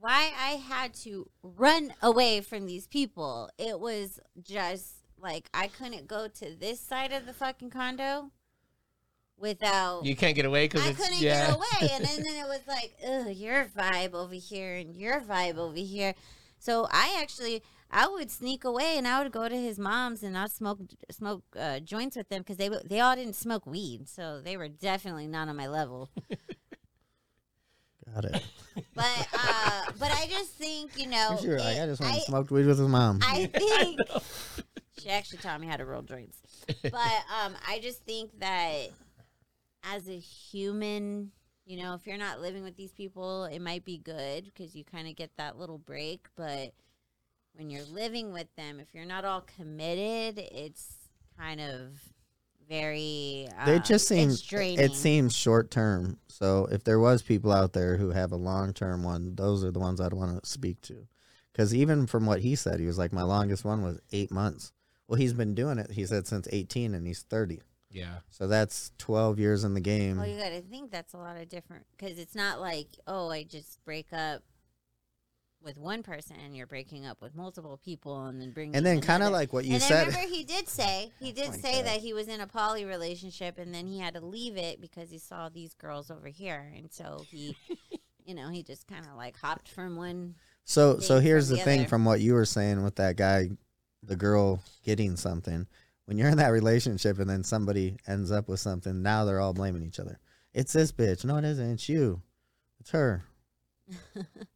S3: why I had to run away from these people? It was just like I couldn't go to this side of the fucking condo without.
S1: You can't get away because
S3: I
S1: it's
S3: couldn't
S1: yeah.
S3: get away, and then, then it was like, ugh, your vibe over here and your vibe over here. So I actually, I would sneak away and I would go to his mom's and I'd smoke smoke uh, joints with them because they w- they all didn't smoke weed, so they were definitely not on my level.
S2: Got it.
S3: But uh, but I just think you know,
S2: You're like,
S3: it-
S2: I just went
S3: I,
S2: and smoked weed with his mom.
S3: I think she actually taught me how to roll joints. But um, I just think that as a human, you know, if you're not living with these people, it might be good because you kind of get that little break. But when you're living with them, if you're not all committed, it's kind of very. Um,
S2: they just seem
S3: it's draining.
S2: it seems short term. So if there was people out there who have a long term one, those are the ones I'd want to speak to. Because even from what he said, he was like, my longest one was eight months. Well, he's been doing it. He said since 18, and he's 30.
S1: Yeah.
S2: So that's 12 years in the game.
S3: Well, you got to think that's a lot of different because it's not like oh, I just break up with one person and you're breaking up with multiple people and then bring
S2: and then kind of like what you
S3: and I
S2: said,
S3: remember he did say he did
S2: my
S3: say
S2: God.
S3: that he was in a poly relationship and then he had to leave it because he saw these girls over here and so he. You know, he just kind of like hopped from one.
S2: So
S3: thing
S2: so here's
S3: from
S2: the
S3: the
S2: thing
S3: other.
S2: from what you were saying with that guy, the girl getting something. When you're in that relationship and then somebody ends up with something, now they're all blaming each other. It's this bitch. No, it isn't. It's you. It's her.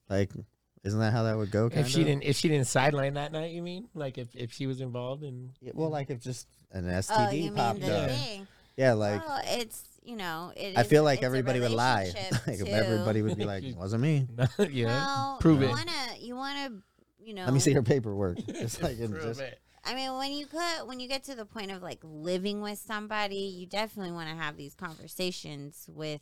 S2: like, isn't that how that would go?
S1: If she
S2: kinda?
S1: didn't, if she didn't sideline that night, you mean? Like if, if she was involved and
S2: Yeah, well, like if just an
S3: oh,
S2: STD
S3: you mean
S2: popped
S3: the
S2: up.
S1: Yeah.
S3: thing?
S2: Yeah, like
S3: well, it's you know, it
S2: I
S3: is-
S2: feel like
S3: it's a
S2: everybody would lie.
S3: relationship,
S2: like if
S3: too.
S2: everybody would be like, wasn't me.
S1: yeah,
S3: Well,
S1: Prove
S3: you
S1: it.
S3: Wanna, you want to, you know.
S2: Let me see your paperwork. It's like and just,
S3: I mean, when you could, when you get to the point of like living with somebody, you definitely want to have these conversations with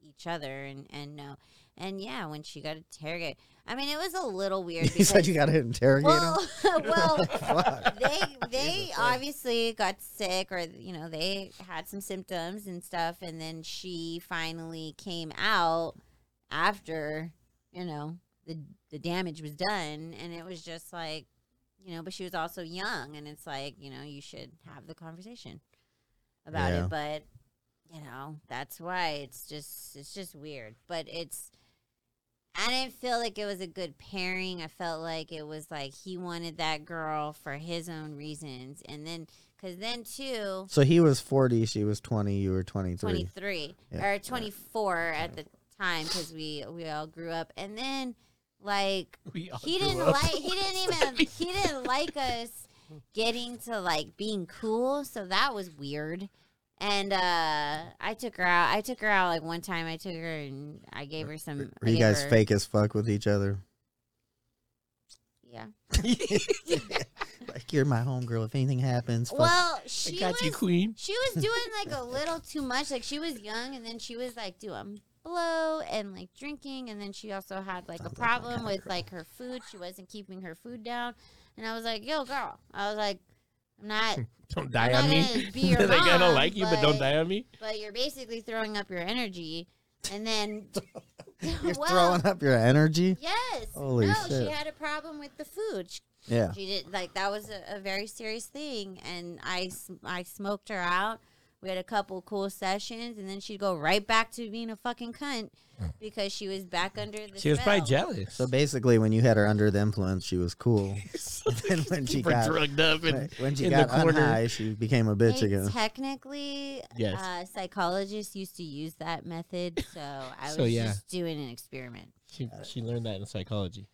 S3: each other and and know. And yeah, when she got interrogated, I mean, it was a little weird.
S2: you said
S3: because-
S2: you gotta interrogate him.
S3: well, well,
S2: Fuck.
S3: they they obviously got sick or you know they had some symptoms and stuff and then she finally came out after you know the the damage was done and it was just like you know but she was also young and it's like you know you should have the conversation about
S2: Yeah.
S3: it but you know that's why it's just it's just weird but it's I didn't feel like it was a good pairing. I felt like it was like he wanted that girl for his own reasons. And then, because then, too,
S2: So he was 40, she was 20, you were 23.
S3: 23
S2: Yeah.
S3: or 24 at the time because we, we all grew up. And then, like,
S1: We all
S3: he
S1: grew
S3: didn't
S1: up.
S3: like he didn't even he didn't like us getting to like being cool so that was weird and uh i took her out i took her out like one time i took her and i gave her some
S2: Were
S3: I
S2: you
S3: gave
S2: guys
S3: her-
S2: fake as fuck with each other?
S3: yeah
S2: Like, you're my homegirl. If anything happens, fuck.
S3: well she
S1: I got
S3: was,
S1: you, Queen.
S3: she was doing like a little too much like she was young and then she was like doing blow and like drinking and then she also had like a
S2: Sounds like my
S3: problem
S2: kinda
S3: with
S2: girl.
S3: like her food she wasn't keeping her food down and i was like yo girl i was like i'm not
S1: Don't die on
S3: I'm not
S1: me.
S3: gonna be your
S1: like I
S3: mom,
S1: don't like you, but don't die on me.
S3: But you're basically throwing up your energy, and then
S2: you're
S3: well,
S2: throwing up your energy.
S3: Yes.
S2: Holy
S3: no, she
S2: shit.
S3: had a problem with the food. She,
S2: Yeah.
S3: she did like that was a, a very serious thing, and I s- I smoked her out. We had a couple cool sessions, and then she'd go right back to being a fucking cunt because she was back under the.
S1: She was probably
S3: spell.
S1: jealous.
S2: So basically, when you had her under the influence, she was cool. and then when she
S1: Super
S2: got
S1: drugged up and
S2: when she
S1: in
S2: got
S1: the corner.
S2: unhigh, she became a bitch
S3: Hey,
S2: again.
S3: Technically,
S1: Yes.
S3: uh, psychologists used to use that method, so I was
S1: So, yeah.
S3: just doing an experiment.
S1: she, she learned that in psychology.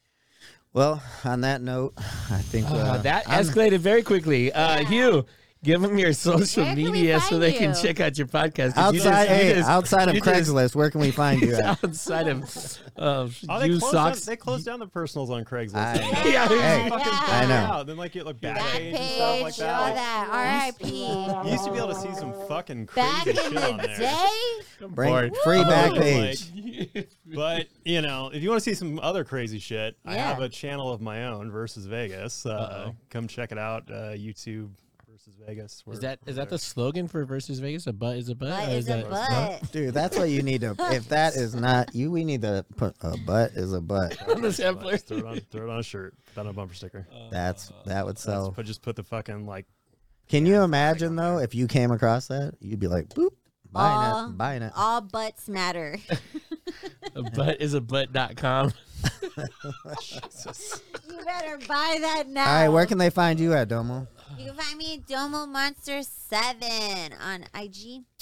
S2: Well, on that note, I think uh,
S1: Ah, that
S2: I'm-
S1: escalated very quickly. Uh, Hugh, give them your social
S3: Where can we
S1: media so
S3: find
S1: they
S3: you?
S1: can check out your podcast. 'cause you
S2: outside.
S1: just- you
S2: hey,
S1: just-
S2: outside of
S1: you just-
S2: Craigslist, where can we find you? At?
S1: outside of um,
S4: Oh, they
S1: you
S4: closed,
S1: socks.
S4: down, they closed down the personals on Craigslist.
S2: I-
S1: Yeah,
S2: Hey,
S4: Fucking
S2: I know.
S4: Out. Then like you like back
S3: Back
S4: page and stuff like
S3: page,
S4: that.
S3: all
S4: Like,
S3: that.
S4: you
S3: R.I.P.
S4: used to be able to see some fucking
S3: Back
S4: crazy
S3: in
S4: shit on
S3: the
S4: there.
S3: day,
S2: Bring
S1: Bored. Oh
S2: free
S1: I'm
S2: back
S1: bored.
S2: page.
S4: But you know, if you want to see some other crazy shit, I
S3: Yeah.
S4: have a channel of my own versus Vegas. Uh,
S1: Uh-oh.
S4: come check it out. Uh, YouTube versus Vegas.
S1: Is
S4: We're-
S1: that is
S4: we're
S1: that the slogan for versus Vegas? A butt is a butt.
S3: butt
S1: or
S3: is a
S1: that-
S3: butt.
S2: Dude, that's what you need to. If that is not you, we need to put a butt is a butt.
S4: there.
S1: on the Uh,
S4: Just
S1: sampler.
S4: Throw it on, throw it on a shirt. Put on a bumper sticker.
S2: That's that would
S4: Just
S2: sell.
S4: put, just put the fucking like.
S2: Can you imagine though if you came across that, you'd be like, boop, buying
S3: All-
S2: it, buying it.
S3: All butts matter.
S1: A butt is a butt dot com.
S4: Jesus.
S3: you better buy that now.
S2: All right, where can they find you at Domo?
S3: you can find me at Domo Monster Seven on IG.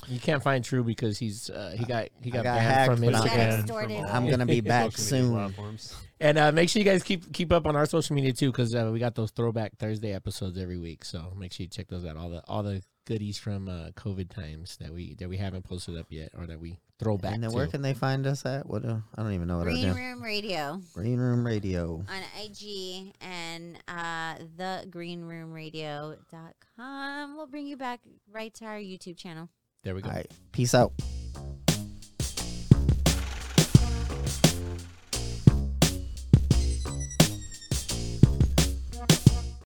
S1: You can't find True because he's uh, he got he got,
S2: got hacked,
S1: banned from
S2: but I'm
S1: Instagram.
S3: Got
S4: And
S3: extorted.
S4: from all
S2: I'm gonna be back
S4: social media
S2: soon.
S4: Platforms.
S1: And uh, make sure you guys keep keep up on our social media too, because uh, we got those throwback Thursday episodes every week. So make sure you check those out. All the all the goodies from uh, COVID times that we that we haven't posted up yet, or that we throw back.
S2: And then
S1: to.
S2: where can they find us at? What? uh, I don't even know what I
S3: Green
S2: do.
S3: Room Radio
S2: Green Room Radio.
S3: on IG and uh, thegreenroomradio.com. We'll bring you back right to our YouTube channel.
S1: there we
S2: All
S1: go.
S2: right, peace out.